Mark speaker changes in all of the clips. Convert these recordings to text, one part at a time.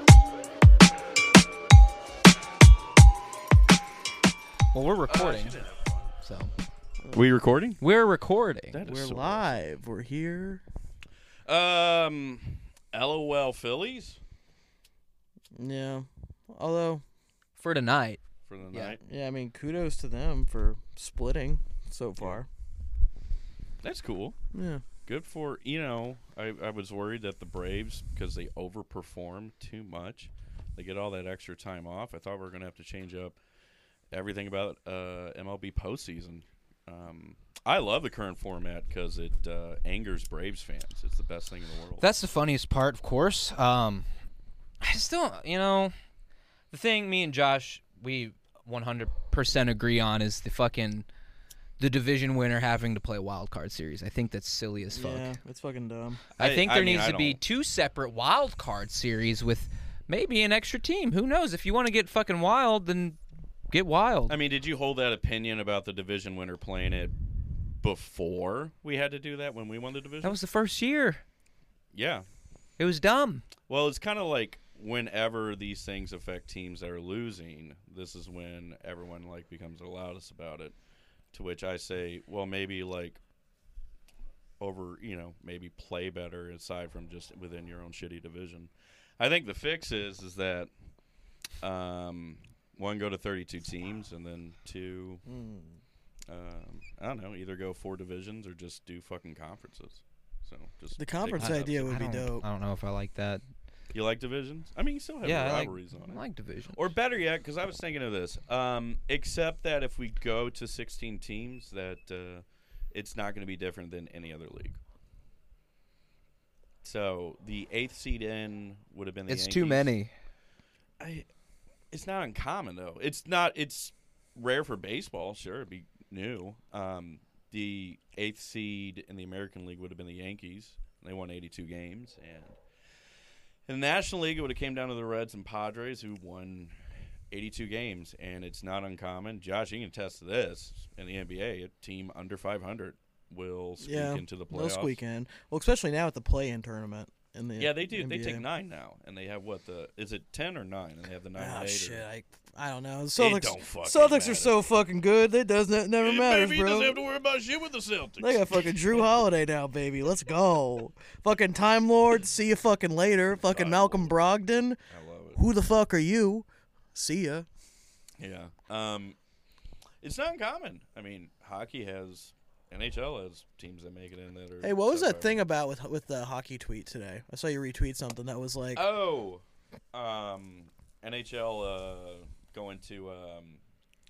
Speaker 1: Oh,
Speaker 2: Well, we're recording. so
Speaker 1: We recording?
Speaker 2: we're recording.
Speaker 1: That is
Speaker 3: We're
Speaker 1: so-
Speaker 3: live. We're here.
Speaker 1: Um, LOL Phillies
Speaker 3: Yeah. Although,
Speaker 2: For tonight.
Speaker 1: for the
Speaker 2: Yeah.
Speaker 1: night.
Speaker 3: yeah, I mean, kudos to them for splitting so far.
Speaker 1: That's cool.
Speaker 3: Yeah.
Speaker 1: Good for you know. I, I was worried that the Braves because they overperform too much, they get all that extra time off. I thought we were gonna have to change up everything about uh, MLB postseason. Um, I love the current format because it uh, angers Braves fans. It's the best thing in the world.
Speaker 2: That's the funniest part, of course. Um, I still, you know, the thing me and Josh we 100% agree on is the fucking the division winner having to play a wild card series. I think that's silly as fuck.
Speaker 3: Yeah. It's fucking dumb.
Speaker 2: I,
Speaker 1: I-
Speaker 2: think
Speaker 1: I
Speaker 2: there
Speaker 1: mean,
Speaker 2: needs
Speaker 1: I
Speaker 2: to be
Speaker 1: don't-
Speaker 2: two separate wild card series with maybe an extra team. Who knows? If you want to get fucking wild, then get wild.
Speaker 1: I mean, did you hold that opinion about the division winner playing it before we had to do that when we won the division?
Speaker 2: that was the first year.
Speaker 1: yeah.
Speaker 2: It was dumb.
Speaker 1: Well, it's kind of like whenever these things affect teams that are losing, this is when everyone like becomes the loudest about it. To which I say, well, maybe like over, you know, maybe play better aside from just within your own shitty division. I think the fix is is that um, one go to thirty-two teams, and then two. Um, I don't know. Either go four divisions or just do fucking conferences. So just
Speaker 3: The
Speaker 1: take
Speaker 3: conference
Speaker 1: one out.
Speaker 3: idea
Speaker 2: I
Speaker 3: would be
Speaker 2: don't,
Speaker 3: dope.
Speaker 2: I don't know if I like that.
Speaker 1: You like divisions? I mean, you still have
Speaker 2: Yeah,
Speaker 1: your
Speaker 2: I like-
Speaker 1: rivalries on
Speaker 2: I
Speaker 1: it.
Speaker 2: like division.
Speaker 1: Or better yet, because I was thinking of this. Um, except that if we go to 16 teams, that uh, it's not going to be different than any other league. So the eighth seed in would have been the.
Speaker 2: it's too
Speaker 1: Yankees.
Speaker 2: many.
Speaker 1: I, it's not uncommon though. It's not. It's rare for baseball. Sure, it'd be new. Um, the eighth seed in the American League would have been the Yankees. They won 82 games, and in the National League, it would have came down to the Reds and Padres, who won 82 games. And it's not uncommon. Josh, you can attest to this in the NBA. A team under 500 will squeak
Speaker 3: yeah.
Speaker 1: into the playoffs.
Speaker 3: They'll squeak in. Well, especially now at the play-in tournament. In the
Speaker 1: Yeah, they do. They take
Speaker 3: NBA.
Speaker 1: nine now, and they have what the is it ten or nine? And they have the nine.
Speaker 3: Ah,
Speaker 1: later.
Speaker 3: shit. I, I don't know. The Celtics,
Speaker 1: don't fucking
Speaker 3: Celtics
Speaker 1: matter.
Speaker 3: are so fucking good. It does not never matters,
Speaker 1: Maybe he doesn't
Speaker 3: bro.
Speaker 1: have to worry about shit with the Celtics.
Speaker 3: They got fucking Drew Holiday now, baby. Let's go. fucking Time Lord. See you fucking later. Fucking Malcolm Brogdon.
Speaker 1: I love it.
Speaker 3: Who the fuck are you? See ya.
Speaker 1: Yeah. Um, it's not uncommon. I mean, hockey has NHL has teams that make it in that are.
Speaker 3: Hey, what was that
Speaker 1: sub-five.
Speaker 3: thing about with with the hockey tweet today? I saw you retweet something that was like,
Speaker 1: Oh, um, NHL uh, going to um,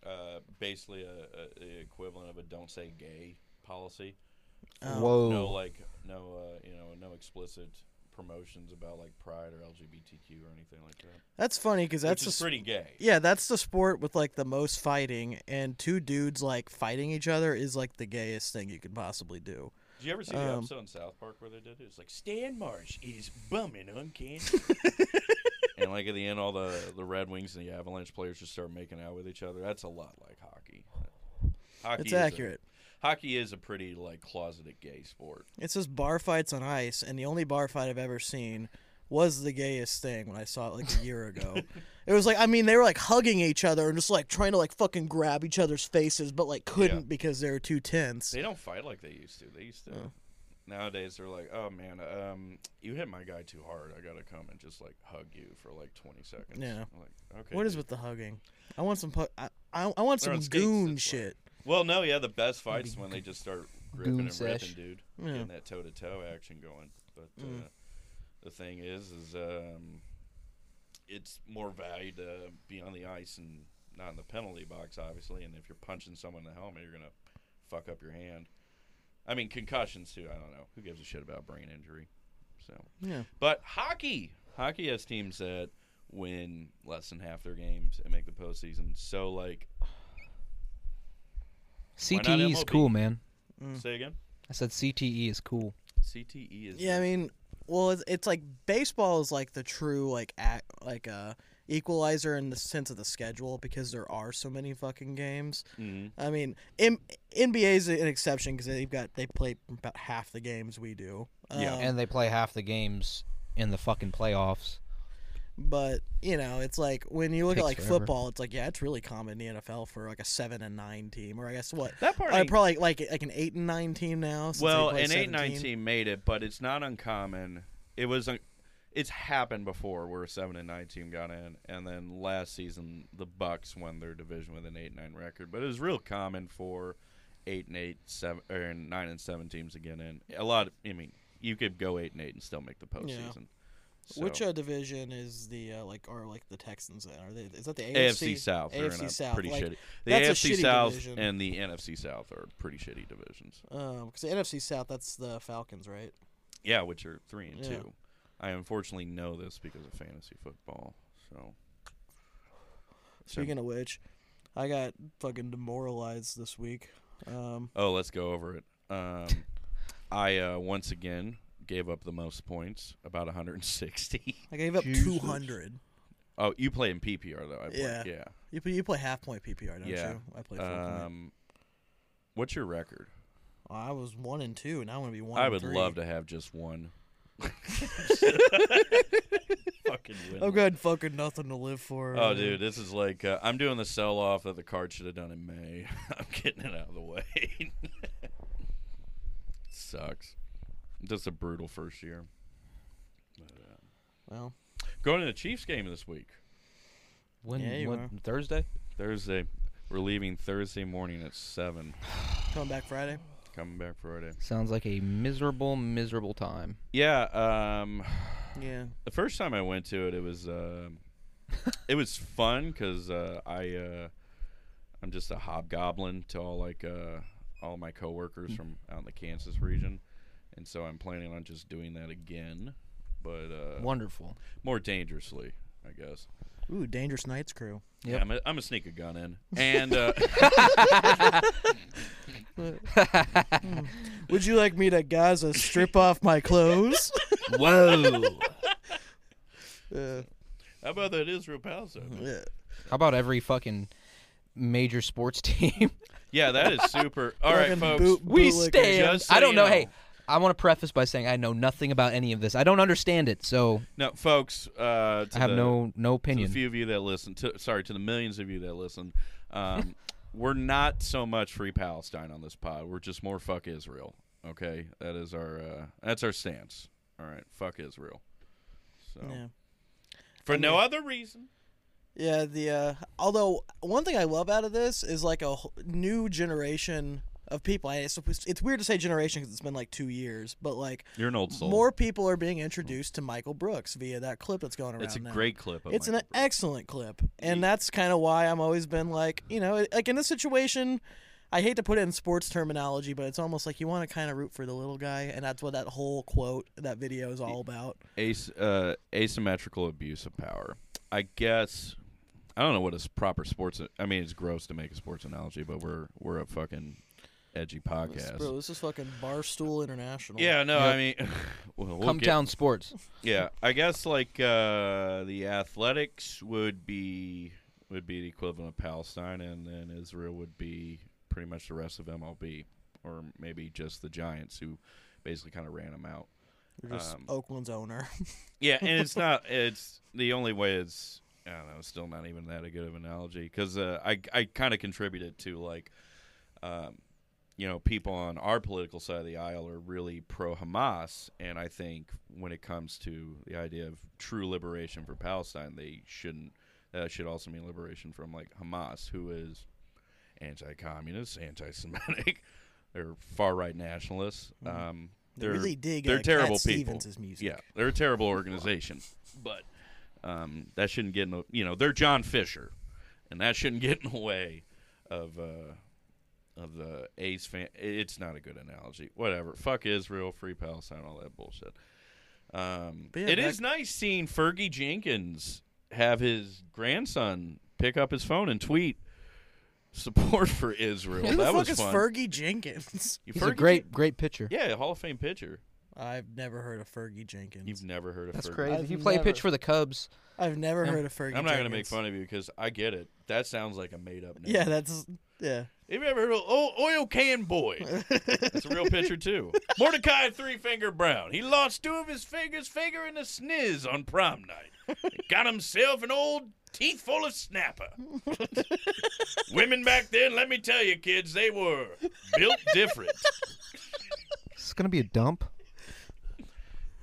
Speaker 1: uh, basically a, a, the equivalent of a "don't say gay" policy.
Speaker 3: Oh.
Speaker 2: Whoa.
Speaker 1: No, like no, uh, you know, no explicit promotions about like pride or LGBTQ or anything like that.
Speaker 3: "That's funny because that's
Speaker 1: Which
Speaker 3: the
Speaker 1: is
Speaker 3: s-
Speaker 1: pretty gay.
Speaker 3: yeah, that's the sport with like the most fighting, and two dudes like fighting each other is like the gayest thing you could possibly do.
Speaker 1: Did you ever see the
Speaker 3: Um,
Speaker 1: episode in South Park where they did it? It's like Stan Marsh is bumming on candy. and like at the end, all the the Red Wings and the Avalanche players just start making out with each other. That's a lot like hockey. Hockey
Speaker 3: It's
Speaker 1: is a-
Speaker 3: accurate.
Speaker 1: hockey is a pretty like closeted gay sport.
Speaker 3: It says bar fights on ice, and the only bar fight I've ever seen was the gayest thing when I saw it like a year ago. it was like I mean they were like hugging each other and just like trying to like fucking grab each other's faces, but like couldn't because they were too tense.
Speaker 1: They don't fight like they used to. They used to.
Speaker 3: Oh.
Speaker 1: Nowadays, they're like, "Oh man, um, you hit my guy too hard. I gotta come and just like hug you for like 20 seconds."
Speaker 3: Yeah.
Speaker 1: I'm like, okay.
Speaker 3: What is
Speaker 1: dude."
Speaker 3: with the hugging? I want some. Pu- I, I I want
Speaker 1: They're
Speaker 3: some
Speaker 1: on skates,
Speaker 3: goon
Speaker 1: that's why.
Speaker 3: shit.
Speaker 1: Well, no, yeah, the best fights when they just start gripping
Speaker 2: goon
Speaker 1: and
Speaker 2: sesh.
Speaker 1: ripping, dude,
Speaker 3: Yeah.
Speaker 1: getting that toe to toe action going. But uh, the thing is, is um, it's more valued to be on the ice and not in the penalty box, obviously. And if you're punching someone in the helmet, you're gonna fuck up your hand. I mean, concussions too. I don't know. Who gives a shit about brain injury? So,
Speaker 3: Yeah.
Speaker 1: but hockey, hockey has teams that win less than half their games and make the postseason. So, like, not
Speaker 2: CTE E is
Speaker 1: MLB?
Speaker 2: cool, man.
Speaker 1: say again.
Speaker 2: I said CTE is cool.
Speaker 1: CTE E is
Speaker 3: Yeah, I mean, well, it's, it's like baseball is like the true like act, like uh, equalizer in the sense of the schedule because there are so many fucking games.
Speaker 1: Mhm.
Speaker 3: I mean, M- NBA is an exception because they've got they play about half the games we do.
Speaker 1: Yeah.
Speaker 3: Um,
Speaker 2: and they play half the games in the fucking playoffs.
Speaker 3: but you know, it's like when you look at
Speaker 2: Takes
Speaker 3: like
Speaker 2: forever.
Speaker 3: football, it's like yeah, it's really common in the NFL for like a seven and nine team, or I guess what
Speaker 1: that part.
Speaker 3: uh,
Speaker 1: ain't-
Speaker 3: probably like like an eight and nine team now. since they
Speaker 1: well,
Speaker 3: play
Speaker 1: an eight
Speaker 3: 17.
Speaker 1: nine team made it, but it's not uncommon. It was, un- it's happened before where a seven and nine team got in, and then last season the Bucks won their division with an eight nine record. But it was real common for eight and eight seven or nine and seven teams to get in. A lot. Of, I mean, you could go eight and eight and still make the postseason.
Speaker 3: Which
Speaker 1: So,
Speaker 3: uh, division is the uh, like are like the Texans in? Are they is that the AFC,
Speaker 1: AFC South? they're in
Speaker 3: AFC
Speaker 1: a
Speaker 3: South,
Speaker 1: pretty
Speaker 3: like,
Speaker 1: shitty. The
Speaker 3: that's a
Speaker 1: AFC
Speaker 3: shitty
Speaker 1: South
Speaker 3: division.
Speaker 1: and the NFC South are pretty shitty divisions.
Speaker 3: because the NFC South that's the Falcons, right?
Speaker 1: Yeah, which are three and
Speaker 3: Yeah.
Speaker 1: two. I unfortunately know this because of fantasy football. So
Speaker 3: Speaking of which, I got fucking demoralized this week. Um,
Speaker 1: oh, let's go over it. Um, I uh, once again gave up the most points, about 160.
Speaker 3: I gave up
Speaker 2: Jesus.
Speaker 3: two hundred.
Speaker 1: oh, you play in PPR though. I play,
Speaker 3: Yeah.
Speaker 1: yeah.
Speaker 3: You play, you play half point PPR, don't
Speaker 1: Yeah.
Speaker 3: you? I played full point.
Speaker 1: Um, what's your record?
Speaker 3: I was one and two, now I'm gonna be one.
Speaker 1: I
Speaker 3: and
Speaker 1: would
Speaker 3: three.
Speaker 1: love to have just one. Fucking win.
Speaker 3: I've got Oh, fucking nothing to live for.
Speaker 1: Oh,
Speaker 3: man.
Speaker 1: dude, this is like uh, I'm doing the sell off that the card should have done in May. I'm getting it out of the way. Sucks. Just a brutal first year.
Speaker 3: Well,
Speaker 1: Going to the Chiefs game this week,
Speaker 2: When,
Speaker 3: Yeah, you
Speaker 2: when-
Speaker 3: are.
Speaker 2: Thursday?
Speaker 1: Thursday. We're leaving Thursday morning at seven.
Speaker 3: coming back Friday.
Speaker 1: Coming back Friday.
Speaker 2: Sounds like a miserable, miserable time.
Speaker 1: Yeah. Um,
Speaker 3: Yeah.
Speaker 1: the first time I went to it, it was uh, it was fun because uh, I uh, I'm just a hobgoblin to all like uh, all my
Speaker 2: Mm.
Speaker 1: coworkers from out in the Kansas region, and so I'm planning on just doing that again, but uh,
Speaker 2: Wonderful.
Speaker 1: more dangerously, I guess.
Speaker 3: Ooh, Dangerous Knights crew.
Speaker 2: Yep.
Speaker 1: Yeah, I'm a, I'm a sneak a gun in, and uh,
Speaker 3: Would you like me to Gaza strip off my clothes?
Speaker 2: Whoa.
Speaker 3: Uh,
Speaker 1: how about that Israel Palestine?
Speaker 3: yeah.
Speaker 2: How about every fucking major sports team?
Speaker 1: Yeah, that is super. All right,
Speaker 3: Fucking
Speaker 1: folks.
Speaker 3: boot-
Speaker 2: we
Speaker 3: bootlickers.
Speaker 2: stand.
Speaker 1: Just so
Speaker 2: I don't
Speaker 1: you
Speaker 2: know.
Speaker 1: know.
Speaker 2: Hey, I want to preface by saying I know nothing about any of this. I don't understand it, so
Speaker 1: No, folks. Uh, to
Speaker 2: I have
Speaker 1: the-
Speaker 2: no no
Speaker 1: to
Speaker 2: opinion.
Speaker 1: the few of you that listen to sorry to the millions of you that listen um, we're not so much free palestine on this pod we're just more fuck israel okay that is our uh, that's our stance all right fuck israel so
Speaker 3: Yeah.
Speaker 1: for no other reason
Speaker 3: Yeah, the uh, although one thing I love out of this is like a wh- new generation of people. I, it's, it's weird to say generation because it's been like two years, but like
Speaker 1: you're an old soul
Speaker 3: more people are being introduced to Michael Brooks via that clip that's going around.
Speaker 1: it's a
Speaker 3: now.
Speaker 1: great clip of
Speaker 3: It's an
Speaker 1: Michael Brooks.
Speaker 3: excellent clip, and that's kind of why I'm always been like, you know, like in this situation, I hate to put it in sports terminology, but it's almost like you want to kind of root for the little guy, and that's what that whole quote, that video is all about.
Speaker 1: As, uh, asymmetrical abuse of power i guess i don't know what a s- proper sports i mean it's gross to make a sports analogy but we're we're a fucking edgy podcast
Speaker 3: Bro, this is fucking Barstool International.
Speaker 1: yeah no i mean well, we'll
Speaker 2: Come
Speaker 1: get-
Speaker 2: town sports.
Speaker 1: Yeah, I guess like uh, the athletics would be would be the equivalent of Palestine, and then Israel would be pretty much the rest of MLB, or maybe just the Giants, who basically kind of ran them out.
Speaker 3: You're just
Speaker 1: Um,
Speaker 3: Oakland's owner.
Speaker 1: Yeah, and it's not. It's the only way. It's I don't know. It's still not even that a good of an analogy because uh, I I kind of contributed to like, um, you know, people on our political side of the aisle are really pro Hamas, and I think when it comes to the idea of true liberation for Palestine, they shouldn't. That should also mean liberation from like Hamas, who is anti-communist, anti-Semitic. They're far-right nationalists. Um,
Speaker 3: Mm-hmm. They
Speaker 1: they're
Speaker 3: really dig,
Speaker 1: They're
Speaker 3: uh, Cat
Speaker 1: terrible people.
Speaker 3: Stevens' music.
Speaker 1: Yeah, they're a terrible organization, but um, that shouldn't get in. The, you know, they're John Fisher, and that shouldn't get in the way of uh, of the A's fan. It's not a good analogy. Whatever. Fuck Israel, free Palestine, all that bullshit. Um,
Speaker 3: But yeah,
Speaker 1: it
Speaker 3: back-
Speaker 1: is nice seeing Fergie Jenkins have his grandson pick up his phone and tweet support for Israel.
Speaker 3: Who the
Speaker 1: that
Speaker 3: fuck
Speaker 1: was
Speaker 3: is
Speaker 1: fun.
Speaker 3: Fergie Jenkins?
Speaker 1: You
Speaker 2: He's a
Speaker 1: Fergie
Speaker 2: great, great pitcher.
Speaker 1: Jen- yeah, Hall of Fame pitcher.
Speaker 3: I've never heard of Fergie Jenkins.
Speaker 1: You've never heard of
Speaker 2: That's
Speaker 1: Fergie.
Speaker 2: crazy.
Speaker 3: I've
Speaker 2: if you play
Speaker 3: never-
Speaker 2: pitch for the Cubs,
Speaker 3: I've never
Speaker 2: Yeah.
Speaker 3: heard of Fergie.
Speaker 1: I'm not gonna make
Speaker 3: Jenkins.
Speaker 1: fun of you because I get it. That sounds like a made up name.
Speaker 3: Yeah, that's yeah.
Speaker 1: Have you ever heard of oh, Oil Can Boy? That's a real pitcher too. Mordecai Three Finger Brown. He lost two of his fingers, finger and a sniz on prom night. Got himself an old teeth full of snapper. Women back then, let me tell you, kids, they were built different.
Speaker 2: it's gonna be a dump.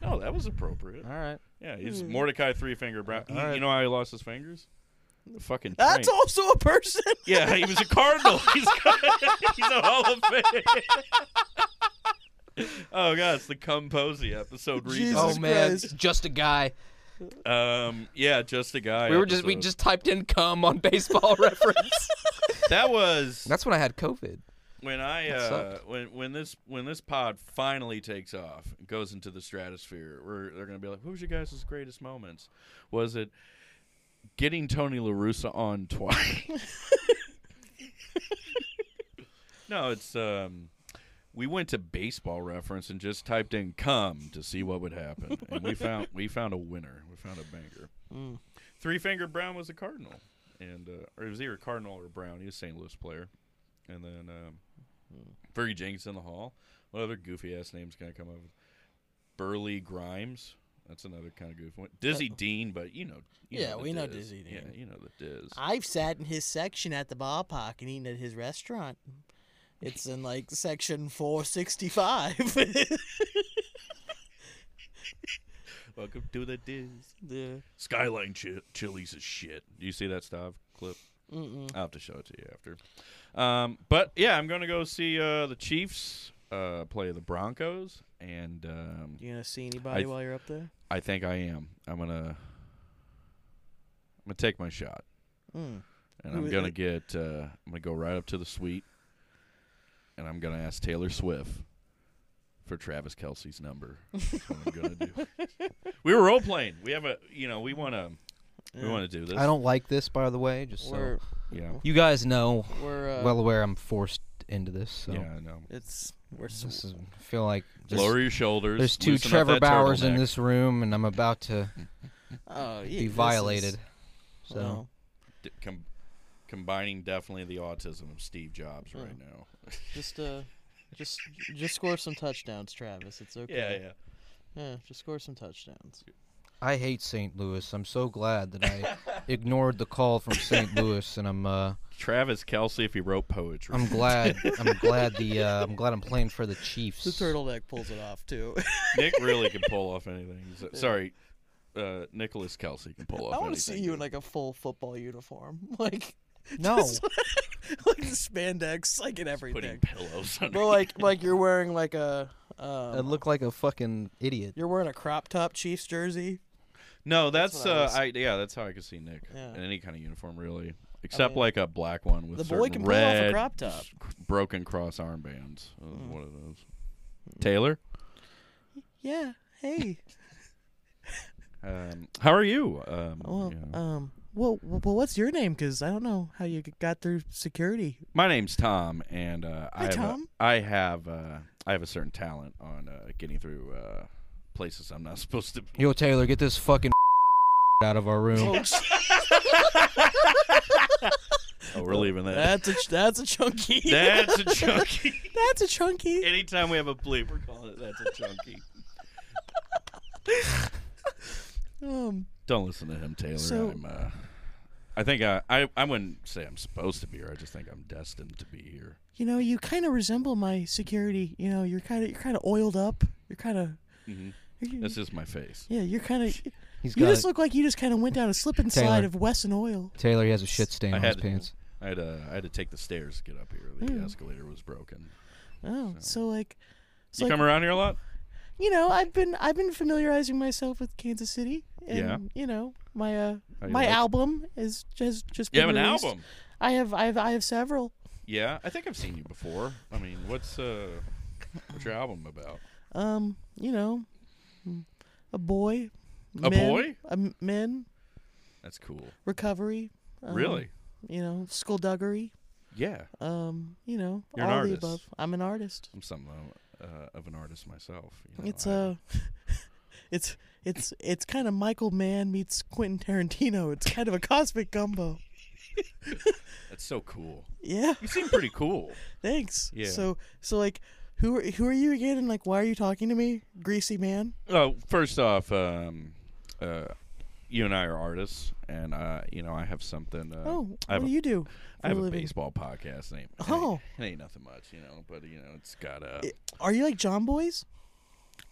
Speaker 1: No, Oh, that was appropriate.
Speaker 2: All right.
Speaker 1: Yeah, he's Mordecai Three Finger Brown. You, you know how he lost his fingers? The fucking
Speaker 3: That's
Speaker 1: train.
Speaker 3: also a person.
Speaker 1: Yeah, he was a cardinal. He's, he's a Hall of Fame. oh god, it's the Composy episode.
Speaker 3: Jesus
Speaker 2: Oh man,
Speaker 3: Christ.
Speaker 2: just a guy.
Speaker 1: read. Um, yeah, just a guy.
Speaker 2: We were just we
Speaker 1: episode.
Speaker 2: just typed in "cum" on baseball reference.
Speaker 1: that was
Speaker 2: That's when I had COVID.
Speaker 1: when I
Speaker 2: that
Speaker 1: uh,
Speaker 2: sucked.
Speaker 1: when when this when this pod finally takes off and goes into the stratosphere. We're they're gonna be like, "What was your guys' greatest moments? Was it getting Tony Larusa on twice?" no, it's um. We went to baseball reference and just typed in "come" to see what would happen, and we found we found a winner. We found a banger. Three Finger Brown was a Cardinal, and uh, or it was either Cardinal or Brown. He was a St. Louis player, and then um,
Speaker 3: Hmm.
Speaker 1: Fergie Jenkins in the hall. What other goofy ass names can I come up with? Burley Grimes. That's another kind of goofy one. Dizzy Dean, but you know. you
Speaker 3: Uh, Yeah,
Speaker 1: the
Speaker 3: we know
Speaker 1: Diz.
Speaker 3: Dizzy Dean.
Speaker 1: Yeah, you know the Diz.
Speaker 3: I've sat in his section at the ballpark and eaten at his restaurant. It's in like section 465.
Speaker 1: Welcome to the Diz.
Speaker 3: yeah.
Speaker 1: Skyline chi- Chili's is shit. Do you see that Stav clip?
Speaker 3: Mm-mm.
Speaker 1: I'll have to show it to you after. Um, but yeah, I'm gonna go see uh, the Chiefs uh, play the Broncos, and um,
Speaker 3: You gonna see anybody
Speaker 1: I-
Speaker 3: while you're up there?
Speaker 1: I think I am. I'm gonna I'm gonna take my shot.
Speaker 3: Mm.
Speaker 1: and
Speaker 3: Who
Speaker 1: I'm
Speaker 3: i-
Speaker 1: gonna get. Uh, I'm gonna go right up to the suite, and I'm gonna ask Taylor Swift for Travis Kelsey's number. That's what I'm gonna do. We were role playing. We have a. You know, we wanna. We
Speaker 3: Yeah.
Speaker 1: wanna do this.
Speaker 2: I don't like this, by the way. Just
Speaker 3: We're
Speaker 2: so
Speaker 1: Yeah.
Speaker 2: you guys know,
Speaker 3: we're uh,
Speaker 2: well aware I'm forced into this. So
Speaker 1: Yeah. I know.
Speaker 3: it's we're s-
Speaker 2: this is, I feel like there's,
Speaker 1: Lower your shoulders.
Speaker 2: there's two
Speaker 1: loosen up
Speaker 2: Trevor
Speaker 1: that
Speaker 2: Bowers in
Speaker 1: turtleneck.
Speaker 2: this room, and I'm about to
Speaker 3: oh, yeah,
Speaker 2: be
Speaker 3: this
Speaker 2: violated.
Speaker 3: is-
Speaker 2: So
Speaker 3: well,
Speaker 1: D- com- combining definitely the autism of Steve Jobs right now.
Speaker 3: just uh just just score some touchdowns, Travis. It's okay.
Speaker 1: Yeah.
Speaker 3: Yeah, yeah. just score some touchdowns.
Speaker 2: I hate St. Louis. I'm so glad that I ignored the call from St. Louis, and I'm uh,
Speaker 1: Travis Kelsey, if he wrote poetry.
Speaker 2: I'm glad I'm glad the uh, I'm glad I'm playing for the Chiefs.
Speaker 3: The turtleneck pulls it off too.
Speaker 1: Nick really can pull off anything. So- Sorry, uh, Nicholas Kelsey can pull off.
Speaker 3: I want to
Speaker 1: anything,
Speaker 3: see you
Speaker 1: dude.
Speaker 3: in like a full football uniform, like
Speaker 2: No,
Speaker 3: just like the spandex, like in
Speaker 1: putting
Speaker 3: everything.
Speaker 1: pillows on.
Speaker 3: Well, like like you're wearing like a
Speaker 2: I
Speaker 3: um,
Speaker 2: look like a fucking idiot.
Speaker 3: you're wearing a crop top Chiefs jersey.
Speaker 1: No, that's,
Speaker 3: what I was-
Speaker 1: uh, I, yeah, that's how I could see Nick
Speaker 3: Yeah.
Speaker 1: in any kind of uniform, really, except
Speaker 3: mean,
Speaker 1: like a black one with
Speaker 3: the boy
Speaker 1: certain
Speaker 3: can pull off a
Speaker 1: red
Speaker 3: crop top. Hmm.
Speaker 1: s- broken cross armbands. Uh, One of those. Taylor,
Speaker 3: Yeah. Hey.
Speaker 1: um, how are you? Um,
Speaker 3: Hmm. Well,
Speaker 1: yeah.
Speaker 3: um. Well, well, well, what's your name? Because I don't know how you g- got through security.
Speaker 1: My name's Tom, and uh, I
Speaker 3: Hi,
Speaker 1: have
Speaker 3: Tom.
Speaker 1: A, I have uh, I have a certain talent on uh, getting through uh, places I'm not supposed to. be.
Speaker 2: Yo, Taylor, get this fucking out of our room.
Speaker 1: Oh, we're leaving that.
Speaker 3: That's a ch- that's a chunky.
Speaker 1: That's a chunky.
Speaker 3: that's a chunky.
Speaker 1: Anytime we have a bleep, we're calling it. That's a chunky.
Speaker 3: Um.
Speaker 1: Don't listen to him, Taylor.
Speaker 3: So-
Speaker 1: I'm, uh, I think I, I, I wouldn't say I'm supposed to be here. I just think I'm destined to be here.
Speaker 3: You know, you kind of resemble my security. You know, you're kind of you're kind of oiled up. You're kind of. Mm-hmm.
Speaker 1: This is my face.
Speaker 3: Yeah, you're kind of.
Speaker 2: He's
Speaker 3: You
Speaker 2: got
Speaker 3: just
Speaker 2: it.
Speaker 3: look like you just kind of went down a slip and slide
Speaker 2: Taylor.
Speaker 3: of Wesson Oil.
Speaker 2: Taylor he has a shit stain
Speaker 1: I
Speaker 2: on his
Speaker 1: had-
Speaker 2: pants.
Speaker 1: I had, uh, I had to take the stairs to
Speaker 3: Hmm.
Speaker 1: get up here. The escalator was broken.
Speaker 3: Oh, so like, so
Speaker 1: you
Speaker 3: like,
Speaker 1: come around here a lot?
Speaker 3: you know, I've been I've been familiarizing myself with Kansas City. And,
Speaker 1: Yeah.
Speaker 3: You know, my uh
Speaker 1: How you
Speaker 3: my
Speaker 1: like-
Speaker 3: album is just just.
Speaker 1: You have
Speaker 3: been
Speaker 1: an
Speaker 3: released.
Speaker 1: album.
Speaker 3: I have I have I have several.
Speaker 1: Yeah, I think I've seen you before. I mean, what's uh, what's your album about?
Speaker 3: Um, you know, a boy.
Speaker 1: A
Speaker 3: men,
Speaker 1: boy?
Speaker 3: A m- men
Speaker 1: That's cool.
Speaker 3: recovery. um,
Speaker 1: really?
Speaker 3: You know, skullduggery.
Speaker 1: Yeah,
Speaker 3: Um, you know,
Speaker 1: You're an
Speaker 3: all
Speaker 1: artist.
Speaker 3: the above. I'm an artist.
Speaker 1: I'm something of, uh, of an artist myself. You know,
Speaker 3: It's
Speaker 1: I-
Speaker 3: uh it's it's it's kind of Michael Mann meets Quentin Tarantino. It's kind of a cosmic gumbo.
Speaker 1: that's so cool.
Speaker 3: Yeah.
Speaker 1: You seem pretty cool.
Speaker 3: Thanks.
Speaker 1: Yeah.
Speaker 3: So so like who are, who are you again and like why are you talking to me, greasy man?
Speaker 1: Well, first off, um, uh, you and I are artists, and uh, you know I have something. Uh,
Speaker 3: oh,
Speaker 1: I have
Speaker 3: what do
Speaker 1: a-
Speaker 3: you do? for
Speaker 1: I have a
Speaker 3: living?
Speaker 1: baseball podcast. It ain't, it ain't-
Speaker 3: Oh.
Speaker 1: it ain't nothing much, you know. But you know, it's got uh, a.
Speaker 3: Are you like John Boys?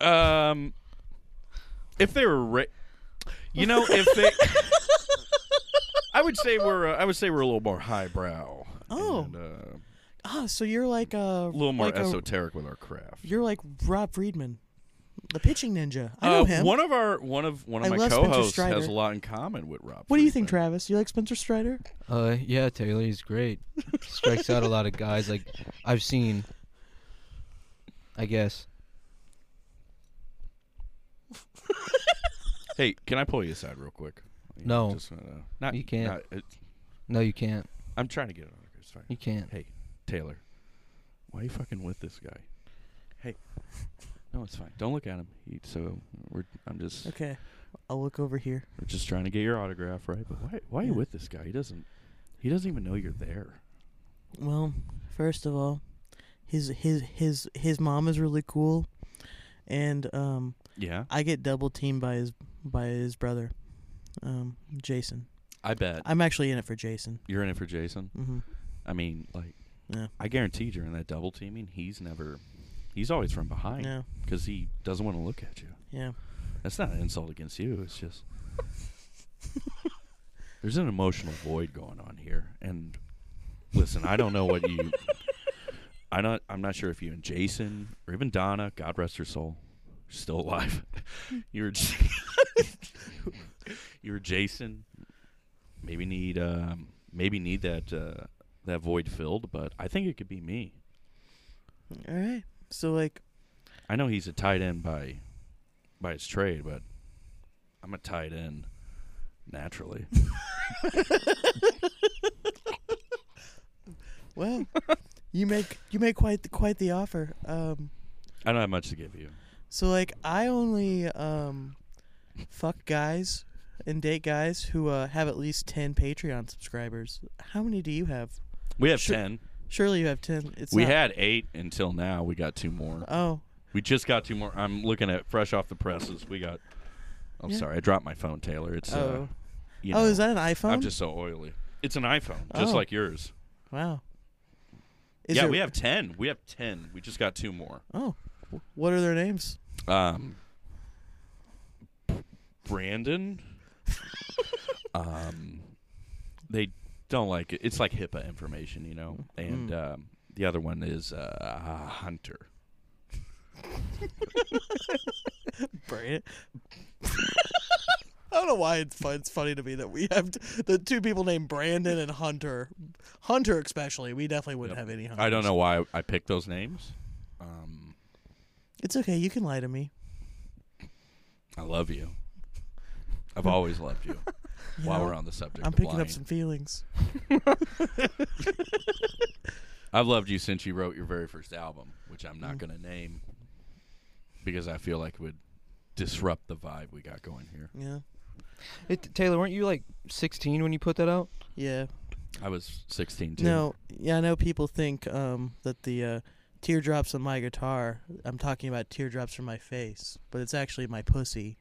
Speaker 1: Um, if they were, ra- you know, if they, I would say we're, uh, I would say we're a little more highbrow.
Speaker 3: Oh.
Speaker 1: and, uh, a
Speaker 3: Ah, so you're like a
Speaker 1: little more
Speaker 3: like a-
Speaker 1: esoteric with our craft.
Speaker 3: You're like Rob Friedman, the pitching ninja. I know
Speaker 1: uh,
Speaker 3: him.
Speaker 1: One of our, one of, one of my
Speaker 3: I love Spencer
Speaker 1: co-hosts
Speaker 3: Strider.
Speaker 1: has a lot in common with Rob.
Speaker 3: what do you think,
Speaker 1: Friedman.
Speaker 3: Travis? You like Spencer Strider?
Speaker 2: Uh, yeah, Taylor, he's great. Strikes out a lot of guys. Like I've seen. I guess.
Speaker 1: Hey, can I pull you aside real quick? You
Speaker 2: No.
Speaker 1: just, uh, not
Speaker 2: You can't.
Speaker 1: not- it's-
Speaker 2: No, you can't.
Speaker 1: I'm trying to get it on. record, It's fine.
Speaker 2: You can't.
Speaker 1: Hey, Taylor, why are you fucking with this guy? Hey, no, it's fine. Don't look at him. He, so we're, I'm just,
Speaker 3: Okay. I'll look over here.
Speaker 1: we're just trying to get your autograph, right? But why, why are you with this guy? He doesn't, he doesn't even know you're there.
Speaker 3: Well, first of all, his his his his mom is really cool, and um,
Speaker 1: Yeah,
Speaker 3: I get double teamed by his by his brother, um, Jason.
Speaker 1: I bet
Speaker 3: I'm actually in it for Jason.
Speaker 1: you're in it for Jason.
Speaker 3: hmm
Speaker 1: I mean, like,
Speaker 3: Yeah.
Speaker 1: I guarantee during that double teaming, he's never, he's always from behind
Speaker 3: Yeah.
Speaker 1: because he doesn't want to look at you.
Speaker 3: Yeah.
Speaker 1: That's not an insult against you. It's just there's an emotional void going on here. And listen, I don't know what you. I not. I'm not sure if you and Jason or even Donna, God rest her soul, she's still alive. you were. J- you were Jason. Maybe need. Um, maybe need that. Uh, that void filled, but I think it could be me.
Speaker 3: All right. So like,
Speaker 1: I know he's a tight end by by his trade, but I'm a tight end naturally.
Speaker 3: well, you make you make quite the, quite the offer. Um,
Speaker 1: I don't have much to give you.
Speaker 3: so like, I only um, fuck guys and date guys who uh, have at least ten Patreon subscribers. How many do you have?
Speaker 1: We have
Speaker 3: Sure.
Speaker 1: ten.
Speaker 3: Surely you have ten. It's
Speaker 1: we
Speaker 3: not-
Speaker 1: had eight until now. We got two more.
Speaker 3: Oh,
Speaker 1: we just got two more. I'm looking at fresh off the presses. We got. I'm
Speaker 3: Yeah.
Speaker 1: sorry, I dropped my phone, Taylor. It's. Uh,
Speaker 3: Oh.
Speaker 1: you
Speaker 3: oh,
Speaker 1: know,
Speaker 3: is that an iPhone?
Speaker 1: I'm just so oily. It's an iPhone, just
Speaker 3: Oh.
Speaker 1: like yours.
Speaker 3: wow. Is
Speaker 1: yeah,
Speaker 3: there-
Speaker 1: we have ten. We have ten. We just got two more.
Speaker 3: Oh, what are their names?
Speaker 1: Um, Brandon. um, they don't like it. It's like HIPAA information, you know. And
Speaker 3: Hmm.
Speaker 1: um, the other one is uh, Hunter.
Speaker 3: Brand. I don't know why it's, fun, it's funny to me that we have t- the two people named Brandon and Hunter. Hunter, especially, we definitely wouldn't have any. Hunters.
Speaker 1: I don't know why I picked those names. Um,
Speaker 3: It's okay. You can lie to me.
Speaker 1: I love you. I've always loved you. While
Speaker 3: know,
Speaker 1: we're on the subject,
Speaker 3: I'm
Speaker 1: of
Speaker 3: picking
Speaker 1: lying.
Speaker 3: up some feelings.
Speaker 1: I've loved you since you wrote your very first album, which I'm
Speaker 3: Hmm.
Speaker 1: not going to name because I feel like it would disrupt the vibe we got going here.
Speaker 3: Yeah.
Speaker 2: It, Taylor, weren't you like 16 when you put that out?
Speaker 3: Yeah.
Speaker 1: I was 16 too.
Speaker 3: No. Yeah, I know people think um, that the uh, teardrops on my guitar. I'm talking about teardrops from my face, but it's actually my pussy.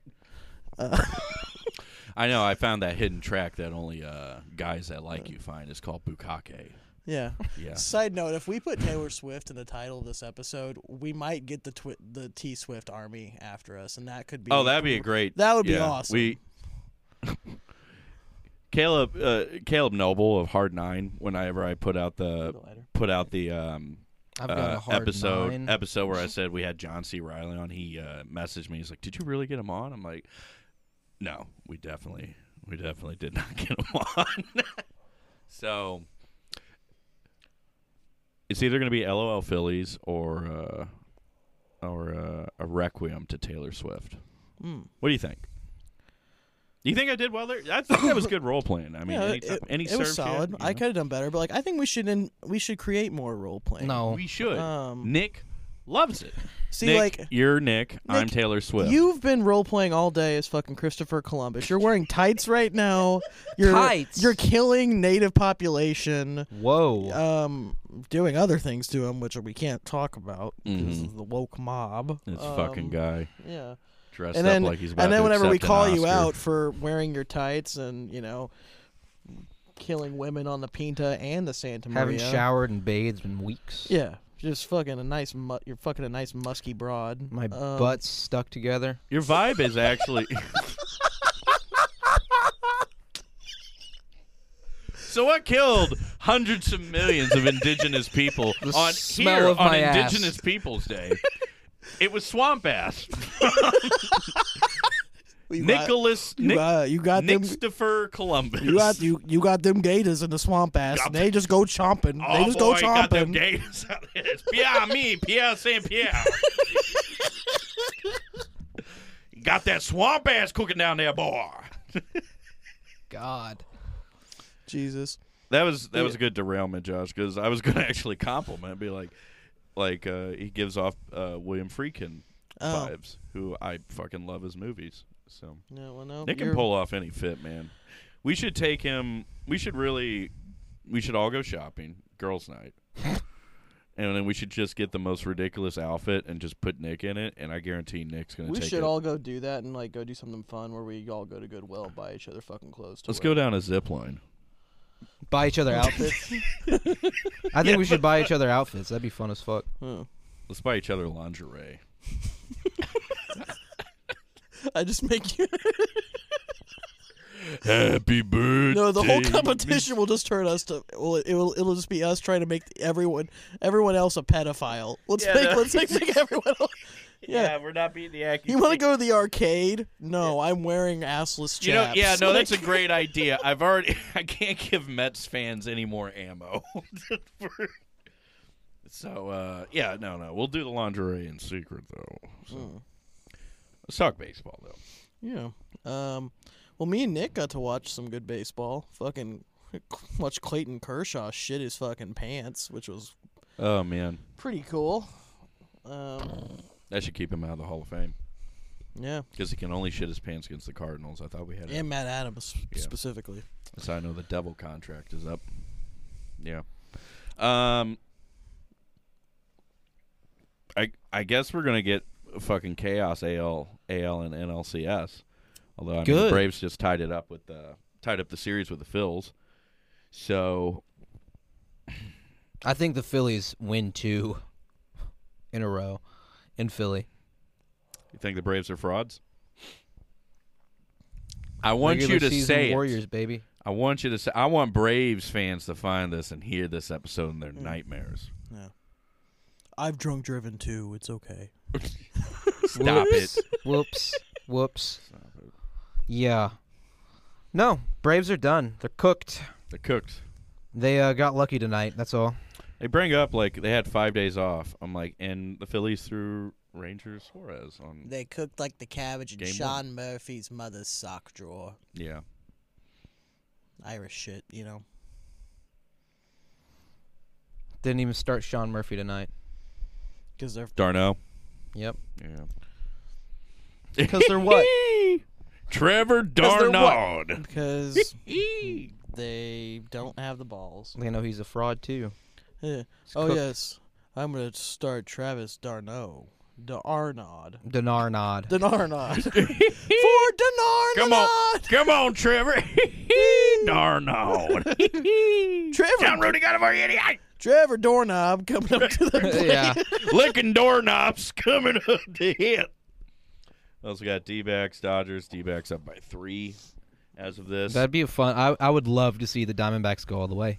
Speaker 1: I know. I found that hidden track that only uh, guys that
Speaker 3: Mm.
Speaker 1: like you find. It's called Bukake.
Speaker 3: Yeah.
Speaker 1: Yeah.
Speaker 3: Side note: If we put Taylor Swift in the title of this episode, we might get the twi- the T Swift army after us, and that could be.
Speaker 1: Oh, that'd be a great.
Speaker 3: That would be
Speaker 1: yeah,
Speaker 3: awesome.
Speaker 1: We. Caleb, uh, Caleb Noble of Hard Nine. Whenever I put out the
Speaker 3: lighter.
Speaker 1: put out the um,
Speaker 2: I've got a
Speaker 1: uh,
Speaker 2: hard
Speaker 1: episode
Speaker 2: nine.
Speaker 1: episode where I said we had John C. Riley on, he uh, messaged me. He's like, "Did you really get him on?" I'm like, "No, we definitely, we definitely did not get him on." so it's either going to be "LOL Phillies" or uh, or uh, a requiem to Taylor Swift.
Speaker 3: Hmm.
Speaker 1: What do you think? You think I did well there? I think that was good role playing. I mean,
Speaker 3: Yeah,
Speaker 1: any,
Speaker 3: it,
Speaker 1: type- any
Speaker 3: it was
Speaker 1: serve you,
Speaker 3: solid.
Speaker 1: you
Speaker 3: I
Speaker 1: know?
Speaker 3: could have done better, but like I think we should in, we should create more role playing.
Speaker 2: no,
Speaker 1: We should.
Speaker 3: Um,
Speaker 1: Nick loves it.
Speaker 3: See,
Speaker 1: Nick,
Speaker 3: like
Speaker 1: you're Nick. I'm Taylor Swift.
Speaker 3: You've been role playing all day as fucking Christopher Columbus. You're wearing tights right now. You're
Speaker 2: Tights?
Speaker 3: you're killing native population.
Speaker 2: whoa,
Speaker 3: Um, doing other things to them, which we can't talk about because of the woke mob.
Speaker 1: this
Speaker 3: Um,
Speaker 1: Mm-hmm. fucking guy
Speaker 3: Yeah.
Speaker 1: dressed
Speaker 3: And then
Speaker 1: up like he's about
Speaker 3: and then
Speaker 1: to
Speaker 3: whenever we
Speaker 1: accept an
Speaker 3: call you
Speaker 1: Oscar.
Speaker 3: out for wearing your tights and you know killing women on the Pinta and the Santa
Speaker 2: haven't
Speaker 3: Maria,
Speaker 2: showered and bathed in weeks.
Speaker 3: Yeah, just fucking a nice. Mu- you're fucking a nice musky broad.
Speaker 2: my
Speaker 3: Um,
Speaker 2: butt's stuck together.
Speaker 1: your vibe is actually. so what killed hundreds of millions of indigenous people
Speaker 2: The
Speaker 1: on
Speaker 2: smell
Speaker 1: here
Speaker 2: of
Speaker 1: on
Speaker 2: my ass.
Speaker 1: Indigenous Peoples Day? It was swamp ass.
Speaker 3: You got-
Speaker 1: Nicholas
Speaker 3: You
Speaker 1: Nick,
Speaker 3: got, you got them.
Speaker 1: Nixtifer Columbus.
Speaker 3: You got you, you got them gators in the swamp ass.
Speaker 1: Got
Speaker 3: and they just go chomping.
Speaker 1: Oh
Speaker 3: they just
Speaker 1: boy,
Speaker 3: go
Speaker 1: got them
Speaker 3: chomping.
Speaker 1: gators out there. It's Pierre, me, Pierre Saint Pierre. got that swamp ass cooking down there, boy.
Speaker 2: God,
Speaker 3: Jesus.
Speaker 1: That was that was a good derailment, Josh, because I was going to actually compliment, be like, like uh, he gives off uh, William Freakin
Speaker 3: Oh.
Speaker 1: vibes, who I fucking love his movies. So
Speaker 3: No, well, no.
Speaker 1: They can
Speaker 3: Oh, you're-
Speaker 1: pull off any fit, man. We should take him. We should really. We should all go shopping, girls' night, and then we should just get the most ridiculous outfit and just put Nick in it. And I guarantee Nick's gonna.
Speaker 3: We
Speaker 1: take
Speaker 3: should
Speaker 1: it.
Speaker 3: all go do that and like go do something fun where we all go to Goodwill buy each other fucking clothes. To
Speaker 1: Let's
Speaker 3: wear.
Speaker 1: go down a zip line.
Speaker 2: buy each other outfits. I think we should buy each other outfits. That'd be fun as fuck.
Speaker 1: Let's buy each other lingerie.
Speaker 3: I just make you.
Speaker 1: Happy birthday.
Speaker 3: No, the whole competition will just turn us to. Well, it will. It'll just be us trying to make everyone, everyone else a pedophile. Let's
Speaker 1: Yeah,
Speaker 3: make.
Speaker 1: no.
Speaker 3: Let's make, make everyone. Else, yeah.
Speaker 1: we're not beating the act.
Speaker 3: You want to go to the arcade? No, I'm wearing assless chaps.
Speaker 1: You know, yeah, no,
Speaker 3: Like,
Speaker 1: that's a great idea. I've already, I can't give Mets fans any more ammo. For- so, uh, yeah, no, no, we'll do the lingerie in secret though. So.
Speaker 3: Hmm.
Speaker 1: Let's talk baseball though.
Speaker 3: yeah. Um, well, me and Nick got to watch some good baseball. Fucking watch Clayton Kershaw shit his fucking pants, which was
Speaker 1: Oh man,
Speaker 3: pretty cool. Um,
Speaker 1: that should keep him out of the Hall of Fame
Speaker 3: yeah,
Speaker 1: because he can only shit his pants against the Cardinals. I thought we had.
Speaker 3: and Matt Adams
Speaker 1: Yeah.
Speaker 3: specifically.
Speaker 1: So I know the devil contract is up. Yeah. Um. I I guess we're gonna get fucking chaos AL AL and NLCS. Although I mean, the
Speaker 2: Good.
Speaker 1: Braves just tied it up with the tied up the series with the Phils. So
Speaker 2: I think the Phillies win two in a row in Philly.
Speaker 1: you think the Braves are frauds? I want
Speaker 2: Regular
Speaker 1: you to
Speaker 2: season
Speaker 1: say it.
Speaker 2: Warriors, baby.
Speaker 1: I want you to say. I want Braves fans to find this and hear this episode in their
Speaker 2: Mm.
Speaker 1: nightmares.
Speaker 3: I've drunk driven too. It's okay.
Speaker 1: Stop it.
Speaker 2: Whoops. Whoops. Yeah. No, Braves are done. They're cooked.
Speaker 1: They're cooked.
Speaker 2: They uh, got lucky tonight. That's all.
Speaker 1: They bring up like they had five days off. I'm like, and the Phillies threw Rangers Suarez on.
Speaker 3: They cooked like the cabbage in
Speaker 1: Game
Speaker 3: Sean Murphy's mother's sock drawer.
Speaker 1: Yeah,
Speaker 3: Irish shit, you know.
Speaker 2: Didn't even start Sean Murphy tonight.
Speaker 3: Because they're
Speaker 1: Darno.
Speaker 2: Yep.
Speaker 1: Yeah,
Speaker 2: 'Cause they're what?
Speaker 1: Trevor
Speaker 2: 'Cause they're what?
Speaker 1: Darnaud.
Speaker 3: because
Speaker 1: Eee.
Speaker 3: they don't have the balls.
Speaker 2: They know he's a fraud too.
Speaker 3: Yeah. Oh yes, I'm gonna start Travis Darno, Darnod,
Speaker 2: Denarnod.
Speaker 3: Denarnod for Denarnod.
Speaker 1: Come on, come on, Trevor. Darnaud. John
Speaker 3: Trevor,
Speaker 1: Rudy got him for idiot.
Speaker 3: Trevor Doorknob coming up to the plate.
Speaker 2: yeah.
Speaker 1: Licking doorknobs coming up to hit. Also got D-backs, Dodgers. D-backs up by three as of this.
Speaker 2: That'd be a fun. I I would love to see the Diamondbacks go all the way.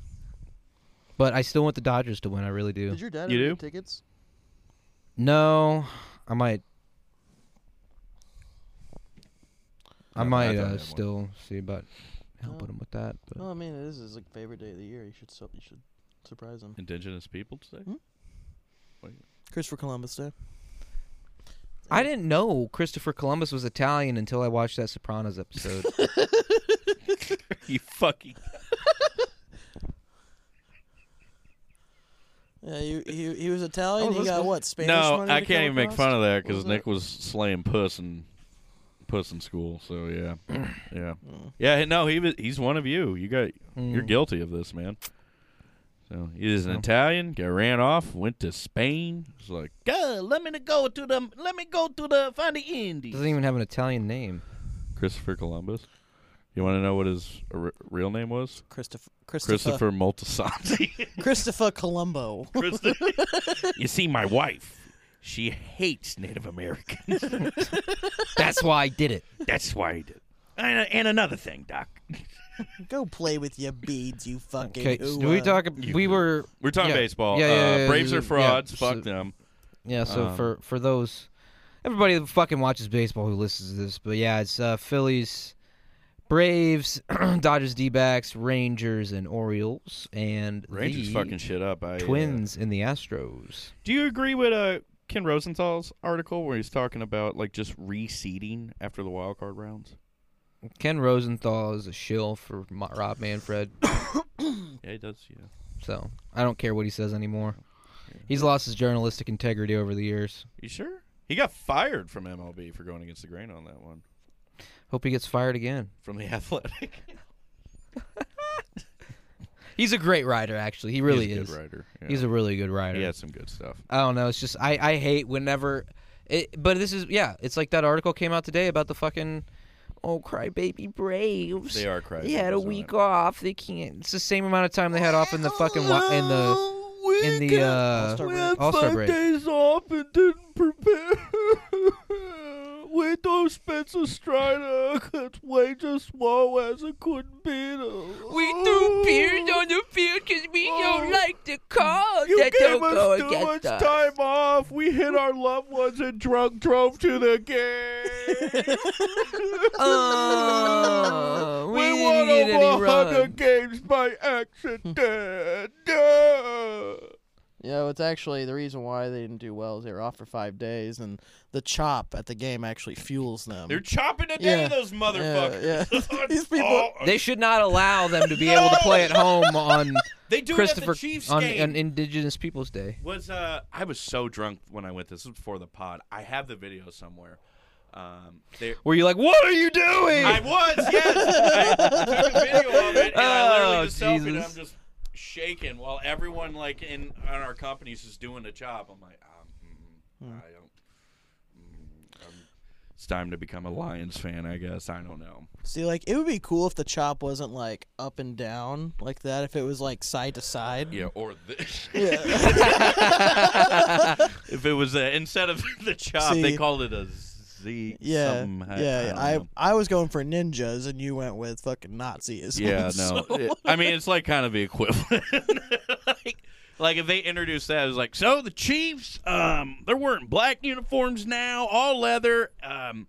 Speaker 2: But I still want the Dodgers to win. I really do.
Speaker 4: Did your dad
Speaker 1: You
Speaker 4: ever
Speaker 1: do?
Speaker 4: get tickets?
Speaker 2: No, I might. I
Speaker 1: No, I
Speaker 2: might
Speaker 1: don't have
Speaker 2: uh,
Speaker 1: one.
Speaker 2: still see about helping
Speaker 4: No.
Speaker 2: him with that. But.
Speaker 4: No, Oh, I mean it is his like favorite day of the year. You should su- you should surprise him.
Speaker 1: Indigenous people today.
Speaker 3: Christopher Columbus Day.
Speaker 2: I didn't know Christopher Columbus was Italian until I watched that Sopranos episode.
Speaker 1: you fucking.
Speaker 3: Yeah, he he, he was Italian.
Speaker 1: Oh,
Speaker 3: he got
Speaker 1: listen.
Speaker 3: what Spanish?
Speaker 1: no,
Speaker 3: money
Speaker 1: I
Speaker 3: to
Speaker 1: can't
Speaker 3: come
Speaker 1: even make
Speaker 3: across?
Speaker 1: fun of that because
Speaker 4: was
Speaker 1: Nick was slaying puss and puss in school. So yeah, yeah, yeah. No, he was, he's one of you. You got you're
Speaker 3: Hmm.
Speaker 2: Mm.
Speaker 1: guilty of this, man. So he is an Italian. Got ran off. Went to Spain. It's like, God, let me go to the let me go to the find the Indies.
Speaker 2: Doesn't even have an Italian name.
Speaker 1: Christopher Columbus. You want to know what his r- real name was?
Speaker 3: Christopher Christopher
Speaker 1: Christopher Moltisanti.
Speaker 3: Christopher Columbo.
Speaker 1: you see, my wife, she hates Native Americans.
Speaker 2: That's why I did it.
Speaker 1: That's why I did. And, and another thing, Doc.
Speaker 3: Go play with your beads, you uh, fucking.
Speaker 2: Okay, so do we
Speaker 3: ooh-ah.
Speaker 2: talk? ab- We were
Speaker 1: We're talking
Speaker 2: Yeah.
Speaker 1: baseball.
Speaker 2: Yeah, yeah,
Speaker 1: uh,
Speaker 2: yeah, yeah,
Speaker 1: Braves
Speaker 2: yeah,
Speaker 1: are frauds.
Speaker 2: yeah.
Speaker 1: Fuck
Speaker 2: So-
Speaker 1: them.
Speaker 2: Yeah, so
Speaker 1: Um,
Speaker 2: for for those everybody that fucking watches baseball who listens to this, but yeah, it's uh, Phillies, Braves, Dodgers, D-backs, Rangers, and Orioles, and
Speaker 1: Rangers
Speaker 2: the
Speaker 1: fucking shit up. I, uh,
Speaker 2: Twins and the Astros.
Speaker 1: do you agree with uh, Ken Rosenthal's article where he's talking about like just reseeding after the wild card rounds?
Speaker 2: Ken Rosenthal is a shill for Ma- Rob Manfred,
Speaker 1: Yeah, he does. Yeah.
Speaker 2: so I don't care what he says anymore. He's lost his journalistic integrity over the years.
Speaker 1: You sure? He got fired from MLB for going against the grain on that one
Speaker 2: Hope he gets fired again.
Speaker 1: from the Athletic.
Speaker 2: He's a great writer, actually. He really
Speaker 1: he's a
Speaker 2: is.
Speaker 1: good writer. Yeah.
Speaker 2: He's a really good writer.
Speaker 1: he has some good stuff.
Speaker 2: I don't know. It's just I, I hate whenever it. But this is yeah. It's like that article came out today about the fucking oh crybaby Braves.
Speaker 1: They are crying.
Speaker 2: They had a week off. They can't. It's the same amount of time they had off in the fucking wa- in the in the
Speaker 3: All-Star
Speaker 2: uh,
Speaker 3: break.
Speaker 1: we had
Speaker 2: All-Star
Speaker 1: five
Speaker 2: break.
Speaker 1: days off and didn't prepare. Wait, though Spencer Strider could play just small as it could be.
Speaker 2: we threw beers on the field because we
Speaker 1: Oh.
Speaker 2: don't like the call
Speaker 1: You
Speaker 2: that they'll
Speaker 1: gave
Speaker 2: go
Speaker 1: us too much
Speaker 2: against us.
Speaker 1: time off. We hit our loved ones and drunk drove to the game.
Speaker 2: Oh, we,
Speaker 1: we
Speaker 2: didn't
Speaker 1: won
Speaker 2: get any
Speaker 1: over Hunger
Speaker 2: run.
Speaker 1: Games by accident. Duh.
Speaker 4: Yeah, well, it's actually the reason why they didn't do well is they were off for five days, and the chop at the game actually fuels them.
Speaker 1: They're chopping it
Speaker 4: Yeah.
Speaker 1: down, those motherfuckers.
Speaker 4: yeah.
Speaker 1: It's
Speaker 3: These people-
Speaker 1: all-
Speaker 2: They should not allow them to be able to play at home on
Speaker 1: they do it at
Speaker 2: Christopher
Speaker 1: the Chiefs
Speaker 2: on,
Speaker 1: game.
Speaker 2: on Indigenous Peoples Day.
Speaker 1: was uh, I was so drunk when I went. This was before the pod. I have the video somewhere. Um, they,
Speaker 2: Where you're like, what are you doing?
Speaker 1: I was yes. I took a video of it, and I
Speaker 2: Oh,
Speaker 1: literally just selfied. it,
Speaker 2: Jesus.
Speaker 1: I'm just shaking while everyone like in on our company's just doing the job. I'm like, um, mm,
Speaker 2: Hmm.
Speaker 1: I don't. mm, I'm- It's time to become a Lions fan, I guess. I don't know.
Speaker 3: See, like it would be cool if the chop wasn't like up and down like that. If it was like side to side.
Speaker 1: Yeah, or this. if it was a, instead of the chop, they
Speaker 3: See.
Speaker 1: called it a z.
Speaker 3: Yeah,
Speaker 1: something. I- I
Speaker 3: yeah.
Speaker 1: don't
Speaker 3: I,
Speaker 1: know.
Speaker 3: I was going for ninjas, and you went with fucking Nazis.
Speaker 1: Yeah, no. It- I mean, it's like kind of the equivalent. like, like if they introduced that, it was like, so the Chiefs, um, they're wearing black uniforms now, all leather. Um,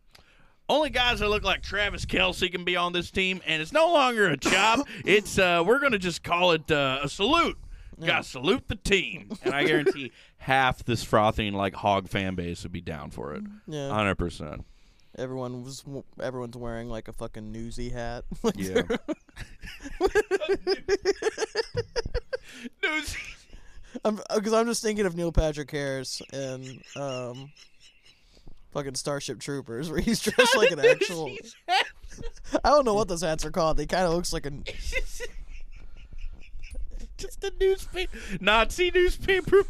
Speaker 1: only guys that look like Travis Kelsey can be on this team, and it's no longer a chop. it's uh, we're gonna just call it uh, a salute. Gotta salute the team, and I guarantee half this frothing like hog fan base would be down for it.
Speaker 3: Yeah.
Speaker 1: hundred percent.
Speaker 3: Everyone was everyone's wearing like a fucking newsy hat. Like,
Speaker 1: Yeah. News.
Speaker 3: I'm because I'm just thinking of Neil Patrick Harris and um, fucking Starship Troopers, where he's dressed like an actual. I don't know what those hats are called. They kind of looks like an.
Speaker 1: Just a newspaper. Nazi newspaper.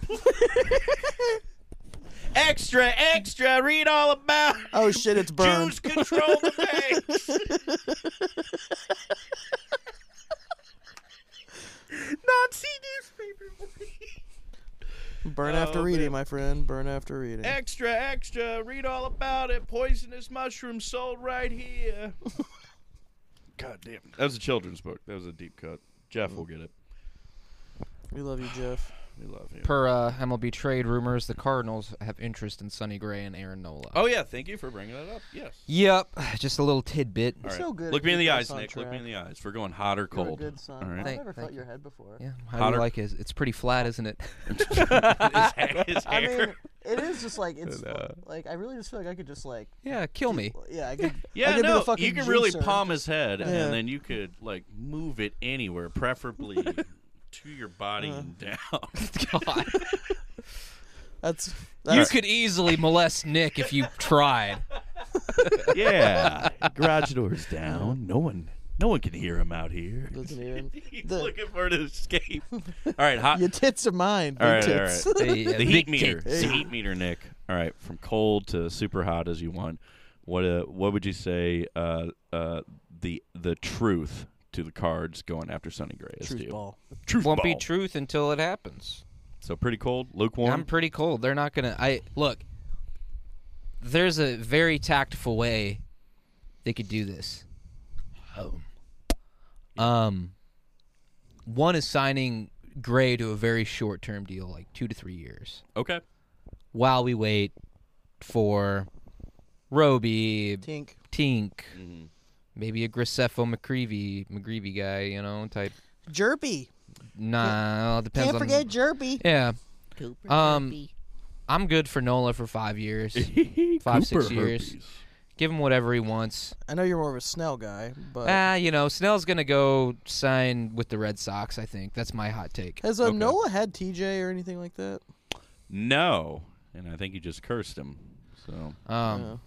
Speaker 1: extra, extra. Read all about it.
Speaker 3: Oh shit! It's burned.
Speaker 1: Jews control the banks. Nazi newspaper.
Speaker 3: Burn after
Speaker 1: Oh,
Speaker 3: reading,
Speaker 1: man.
Speaker 3: my friend. Burn after reading.
Speaker 1: extra, extra. Read all about it. Poisonous mushroom sold right here. God damn. That was a children's book. That was a deep cut. Jeff will get it.
Speaker 5: We love you, Jeff.
Speaker 1: We love you.
Speaker 2: Per uh, MLB trade rumors, the Cardinals have interest in Sonny Gray and Aaron Nola.
Speaker 1: oh yeah, thank you for bringing that up. Yes.
Speaker 2: Yep, just a little tidbit.
Speaker 1: All right.
Speaker 3: so good
Speaker 1: Look
Speaker 3: at
Speaker 1: me in the
Speaker 3: keeping
Speaker 1: eyes,
Speaker 3: us on
Speaker 1: Nick. Look me
Speaker 3: track.
Speaker 1: in the eyes. We're going hot or
Speaker 3: You're a
Speaker 1: cold.
Speaker 3: good son.
Speaker 1: All right.
Speaker 3: I've
Speaker 2: Thank-
Speaker 3: never
Speaker 2: thank
Speaker 3: felt your head before.
Speaker 2: Yeah, how do
Speaker 1: Hotter-
Speaker 2: you like it? It's pretty flat, isn't it?
Speaker 1: His hair- his
Speaker 3: I
Speaker 1: hair.
Speaker 3: mean, it is just like it's fu-
Speaker 1: uh,
Speaker 3: like I really just feel like I could just like
Speaker 2: yeah, kill me.
Speaker 3: yeah I could I
Speaker 1: yeah,
Speaker 3: could be
Speaker 1: no,
Speaker 3: the fucking
Speaker 1: you could really
Speaker 3: juicer.
Speaker 1: palm his head,
Speaker 3: Yeah.
Speaker 1: and then you could like move it anywhere, preferably to your body and
Speaker 3: Uh.
Speaker 1: down.
Speaker 2: God.
Speaker 3: That's
Speaker 2: you
Speaker 3: that's
Speaker 2: could easily molest Nick if you tried.
Speaker 1: yeah, garage doors down. No one, no one can hear him out here.
Speaker 3: doesn't even
Speaker 1: He's
Speaker 3: the-
Speaker 1: looking for an escape. All right, hot.
Speaker 3: your tits are mine. Big
Speaker 1: all right, all
Speaker 3: tits.
Speaker 1: right.
Speaker 2: Hey, uh,
Speaker 1: The
Speaker 2: big
Speaker 1: heat meter,
Speaker 2: tits.
Speaker 1: the heat meter, Nick. All right, from cold to super hot as you want. What uh, what would you say uh, uh, the the truth to the cards going after Sonny Gray is to
Speaker 3: Truth
Speaker 1: you?
Speaker 3: ball.
Speaker 1: Truth
Speaker 2: Won't be
Speaker 1: ball.
Speaker 2: truth until it happens.
Speaker 1: So pretty cold, lukewarm.
Speaker 2: I'm pretty cold. They're not gonna. I look. There's a very tactful way they could do this. Um, one is signing Gray to a very short-term deal, like two to three years,
Speaker 1: okay.
Speaker 2: while we wait for Roby,
Speaker 3: Tink.
Speaker 2: Tink,
Speaker 3: Mm-hmm.
Speaker 2: maybe a Grisefo McCreevy, McGreevy guy, you know, type.
Speaker 3: Jerpy.
Speaker 2: Nah, all depends
Speaker 3: Can't
Speaker 2: on.
Speaker 3: forget Jerpy.
Speaker 2: yeah. Um, I'm good for Nola for five years. Five, six
Speaker 1: Cooper
Speaker 2: years.
Speaker 1: herpes.
Speaker 2: Give him whatever he wants.
Speaker 3: I know you're more of a Snell guy,
Speaker 1: Uh,
Speaker 3: but
Speaker 2: Ah, you know, Snell's gonna go sign with the Red Sox. I think that's my hot take.
Speaker 3: has uh, Nola had TJ or anything like that?
Speaker 1: No, and I think you just cursed him. So
Speaker 2: Um,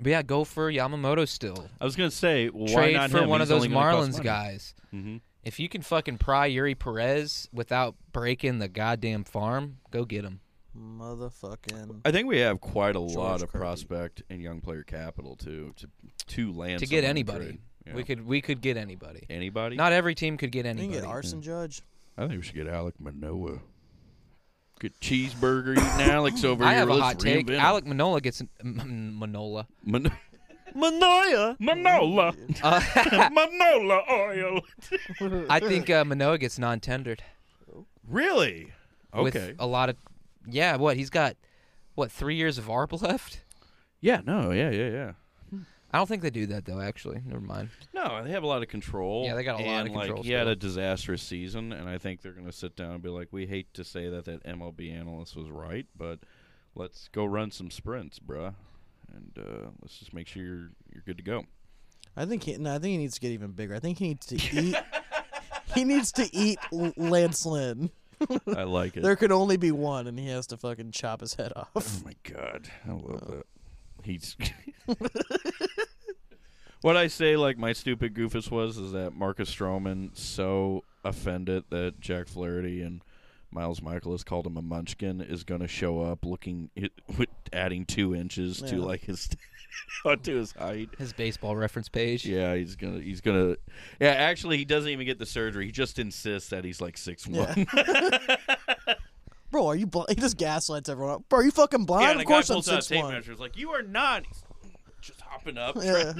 Speaker 2: But yeah, go for Yamamoto still.
Speaker 1: I was gonna say, well, why
Speaker 2: Trade
Speaker 1: not
Speaker 2: for
Speaker 1: him?
Speaker 2: one
Speaker 1: He's
Speaker 2: of those
Speaker 1: only gonna cost
Speaker 2: Marlins
Speaker 1: money.
Speaker 2: guys.
Speaker 1: Mhm.
Speaker 2: If you can fucking pry Yuri Perez without breaking the goddamn farm, go get him.
Speaker 3: Motherfucking.
Speaker 1: I think we have quite a lot
Speaker 3: George
Speaker 1: of
Speaker 3: Kirby.
Speaker 1: prospect and young player capital to to to land
Speaker 2: to get
Speaker 1: someone in
Speaker 2: anybody,
Speaker 1: trade. Yeah.
Speaker 2: we could we could get anybody.
Speaker 1: anybody.
Speaker 2: Not every team could get
Speaker 3: You can
Speaker 2: anybody.
Speaker 3: get Arson Judge.
Speaker 1: I think we should get Alec Manoa. Good cheeseburger eating Alex over
Speaker 2: I
Speaker 1: here.
Speaker 2: have a
Speaker 1: Let's
Speaker 2: hot take.
Speaker 1: reinvent him.
Speaker 2: Alec Manola gets an, M- Manola.
Speaker 1: Man- Manoa, Manola,
Speaker 2: Uh,
Speaker 1: Manola oil.
Speaker 2: I think uh, Manoa gets non-tendered.
Speaker 1: really? Okay.
Speaker 2: With a lot of, yeah. What he's got, what three years of ARB left?
Speaker 1: yeah. No. Yeah. Yeah. Yeah.
Speaker 2: I don't think they do that though. Actually, never mind.
Speaker 1: No, they have a lot of control.
Speaker 2: Yeah, they got a lot of
Speaker 1: and, like,
Speaker 2: control
Speaker 1: He had
Speaker 2: still.
Speaker 1: a disastrous season, and I think they're going to sit down and be like, "We hate to say that that MLB analyst was right, but let's go run some sprints, bruh, and uh, let's just make sure you're you're good to go."
Speaker 3: I think he. No, I think he needs to get even bigger. I think he needs to eat. he needs to eat L- Lance Lynn.
Speaker 1: I like it.
Speaker 3: There could only be one, and he has to fucking chop his head
Speaker 1: oh
Speaker 2: Mm.
Speaker 3: off.
Speaker 1: my god, I love
Speaker 3: Oh.
Speaker 1: that. He's. what I say, like my stupid goofus was, is that Marcus Stroman so offended that Jack Flaherty and Miles Michaelis called him a munchkin is going to show up looking with adding two inches to
Speaker 3: Yeah.
Speaker 1: like his to his height.
Speaker 2: His baseball reference page.
Speaker 1: Yeah, he's gonna. He's gonna. Yeah, actually, he doesn't even get the surgery. He just insists that he's like six one.
Speaker 3: Bro, are you blind? He just gaslights everyone. Up. Bro, are you fucking blind?
Speaker 1: the
Speaker 3: of course
Speaker 1: guy
Speaker 3: I'm
Speaker 1: pulls out a
Speaker 3: six
Speaker 1: tape
Speaker 3: one.
Speaker 1: measure. He's like, "You are not." He's just hopping up.
Speaker 3: Yeah.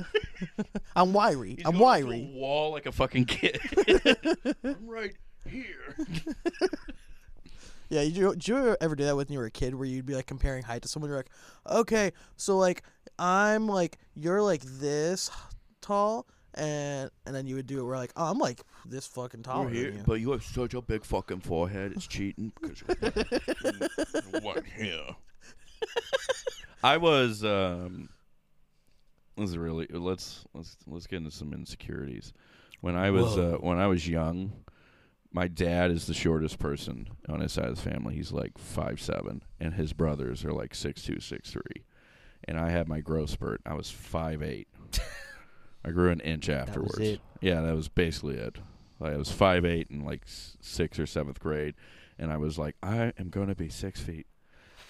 Speaker 3: I'm wiry.
Speaker 1: He's
Speaker 3: I'm
Speaker 1: going to a
Speaker 3: wiry.
Speaker 1: wall like a fucking kid. I'm right here.
Speaker 3: Yeah, you, did you ever do that when you were a kid where you'd be like comparing height to someone? You're like, okay, so like I'm like you're like this tall, and and then you would do it where like oh, I'm like this fucking tall.
Speaker 1: but you have such a big fucking forehead. It's cheating because you're what here. I was. Um, this is really let's let's let's get into some insecurities. When I was uh, when I was young, my dad is the shortest person on his side of the family. He's like five seven, and his brothers are like six two, six three. And I had my growth spurt. I was five eight. I grew an inch afterwards.
Speaker 2: it.
Speaker 1: Yeah, that was basically it. Like I was five eight in like s- sixth or seventh grade, and I was like, I am gonna be six feet.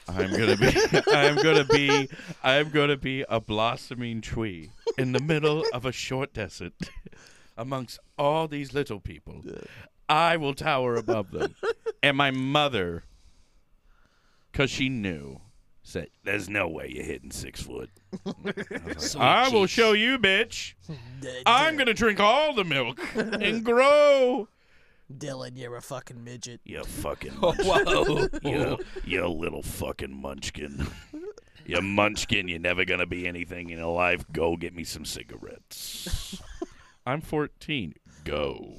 Speaker 1: I'm gonna be. I'm gonna be. I'm gonna be a blossoming tree in the middle of a short desert, amongst all these little people. I will tower above them. and my mother, because she knew, said, "There's no way you're hitting six foot." I, was like, "I will show you, bitch. I'm gonna drink all the milk and grow
Speaker 3: Dylan, you're a fucking midget.
Speaker 6: You fucking
Speaker 2: Oh, Whoa.
Speaker 6: you, you little fucking munchkin. You munchkin, you're never gonna be anything in life. Go get me some cigarettes.
Speaker 1: I'm 14.
Speaker 6: Go.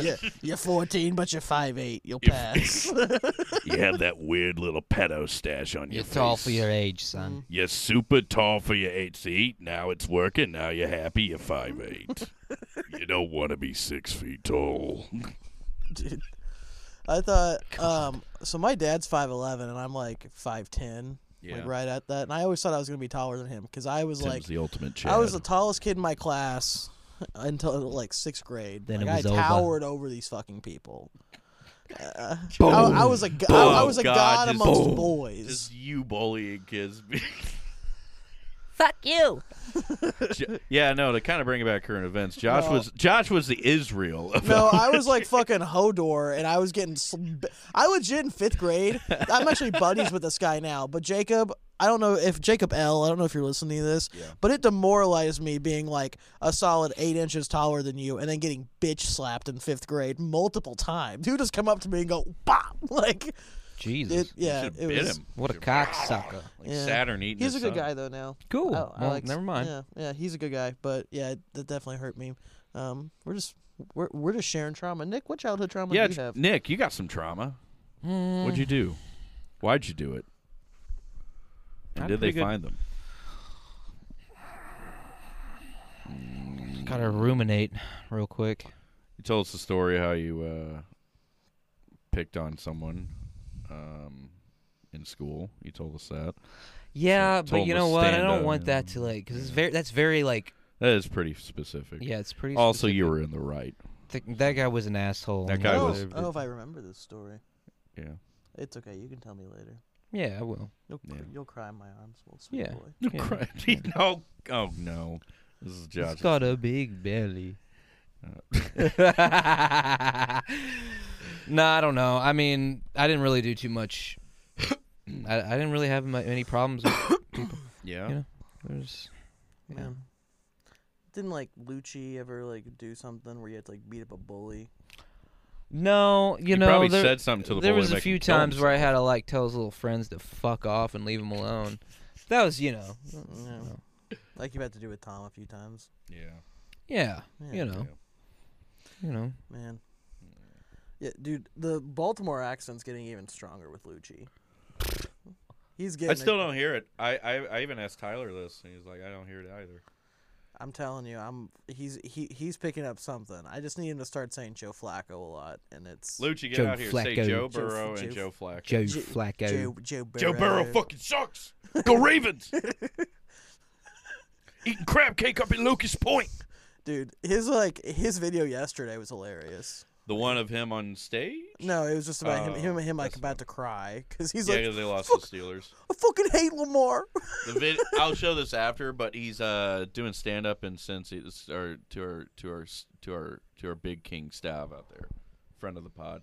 Speaker 3: yeah, you're 14, but you're 5'8. You'll pass.
Speaker 6: You have that weird little pedo stash on your
Speaker 2: You're
Speaker 6: face.
Speaker 2: tall for your age, son.
Speaker 6: You're super tall for your eight feet. Now it's working. Now you're happy. You're five eight. you don't want to be six feet tall.
Speaker 3: Dude. I thought, um, so my dad's 5'11 and I'm like 5'10,
Speaker 1: Yeah.
Speaker 3: like right at that. And I always thought I was going to be taller than him because I was like,
Speaker 6: Tim's the ultimate Chad.
Speaker 3: I was the tallest kid in my class until like sixth grade.
Speaker 2: Then
Speaker 3: like,
Speaker 2: it was
Speaker 3: I
Speaker 2: over.
Speaker 3: towered over these fucking people. Uh, I, I was a go- I, I was a
Speaker 1: God,
Speaker 3: god,
Speaker 1: just
Speaker 3: amongst
Speaker 1: boom.
Speaker 3: boys.
Speaker 1: Just you bullying kids.
Speaker 7: Fuck you.
Speaker 1: Jo- yeah, no. To kind of bring it back current events, Josh was Josh was the Israel. Of
Speaker 3: No, I was like fucking Hodor, and I was getting. Sl- I legit in fifth grade. I'm actually buddies with this guy now, but Jacob. I don't know if Jacob L. I don't know if you're listening to this, but it demoralized me being like a solid eight inches taller than you, and then getting bitch slapped in fifth grade multiple times. Who just come up to me and go bop like
Speaker 2: Jesus.
Speaker 3: it? Yeah,
Speaker 1: should've
Speaker 3: it
Speaker 1: bit
Speaker 3: was.
Speaker 1: him.
Speaker 2: what a cocksucker.
Speaker 1: Like
Speaker 3: Yeah.
Speaker 1: Saturn eating.
Speaker 3: He's a
Speaker 1: his
Speaker 3: good
Speaker 1: son.
Speaker 3: guy though now.
Speaker 2: Cool.
Speaker 3: I- I
Speaker 2: well,
Speaker 3: like-
Speaker 2: never mind.
Speaker 3: Yeah, yeah, he's a good guy, but yeah, that definitely hurt me. Um, we're just we're, we're just sharing trauma. Nick, what childhood trauma
Speaker 1: Yeah,
Speaker 3: do you
Speaker 1: J-
Speaker 3: have? Mm.
Speaker 1: Nick, you got some trauma.
Speaker 2: Mm-hmm.
Speaker 1: What'd you do? Why'd you do it? And
Speaker 2: I'm
Speaker 1: did they
Speaker 2: pretty good.
Speaker 1: find them?
Speaker 2: Gotta ruminate real quick.
Speaker 1: You told us the story how you uh, picked on someone um, in school. You told us that.
Speaker 2: Yeah,
Speaker 1: told
Speaker 2: but
Speaker 1: him
Speaker 2: you
Speaker 1: to
Speaker 2: know what? I
Speaker 1: stand
Speaker 2: don't
Speaker 1: up,
Speaker 2: want
Speaker 1: yeah.
Speaker 2: that to like because it's very that's very like
Speaker 1: That is pretty specific.
Speaker 2: yeah, it's pretty.
Speaker 1: Also,
Speaker 2: specific.
Speaker 1: you were in the right.
Speaker 2: Th- that guy was an asshole.
Speaker 1: That
Speaker 2: and
Speaker 1: guy
Speaker 2: he
Speaker 3: oh,
Speaker 1: was-
Speaker 2: deserved it.
Speaker 3: oh, if I remember this story,
Speaker 1: Yeah.
Speaker 3: it's okay. You can tell me later.
Speaker 2: Yeah, I will.
Speaker 3: You'll cr-
Speaker 1: Yeah.
Speaker 3: you'll cry in my arms, little sweet
Speaker 2: Yeah.
Speaker 3: boy.
Speaker 2: Yeah.
Speaker 1: Right. no. Oh no. This is
Speaker 2: He's
Speaker 1: Josh.
Speaker 2: got a big belly. nah, I don't know. I mean, I didn't really do too much. I, I didn't really have mu- any problems. With,
Speaker 1: yeah.
Speaker 2: you know, there's Yeah.
Speaker 3: Man. Didn't like Lucci ever like do something where you had to like beat up a bully?
Speaker 2: no, you
Speaker 1: He
Speaker 2: know,
Speaker 1: probably
Speaker 2: there,
Speaker 1: said something to the
Speaker 2: there
Speaker 1: bully
Speaker 2: was
Speaker 1: to
Speaker 2: a
Speaker 1: make him
Speaker 2: few
Speaker 1: kill
Speaker 2: times where I had to like tell his little friends to fuck off and leave him alone. That was, you know,
Speaker 3: Mm, No. Like you had to do with Tom a few times.
Speaker 1: himself.
Speaker 2: yeah,
Speaker 3: Yeah.
Speaker 2: you know, you know.
Speaker 3: Man. Yeah, dude, the Baltimore accent's getting even stronger with Lucci. He's
Speaker 1: Yeah.
Speaker 3: getting.
Speaker 1: I
Speaker 3: it-
Speaker 1: still don't hear it. I, I I even asked Tyler this, and he's like, I don't hear it either.
Speaker 3: I'm telling you, I'm. He's he he's picking up something. I just need him to start saying Joe Flacco a lot, and it's
Speaker 1: Lucci, get
Speaker 2: Joe
Speaker 1: out here.
Speaker 2: Flacco.
Speaker 1: Say Joe
Speaker 3: Joe-
Speaker 1: Burrow and Joe
Speaker 3: Joe-
Speaker 1: Flacco.
Speaker 2: Joe
Speaker 3: J-
Speaker 2: Flacco.
Speaker 3: Joe Joe Burrow.
Speaker 6: Joe Burrow fucking sucks. Go Ravens. Eating crab cake up in Lucas Point.
Speaker 3: Dude, his like his video yesterday was hilarious.
Speaker 1: The one of him on stage.
Speaker 3: No, it was just about
Speaker 1: Oh,
Speaker 3: him him him like
Speaker 1: that's
Speaker 3: about to cry because he's
Speaker 1: Yeah,
Speaker 3: like,
Speaker 1: because they lost
Speaker 3: "Fuck,
Speaker 1: the Steelers.
Speaker 3: I fucking hate Lamar.
Speaker 1: The vid- I'll show this after, but he's uh doing stand up in Cincy. This our to our to our to our to our big king Stav out there, friend of the pod.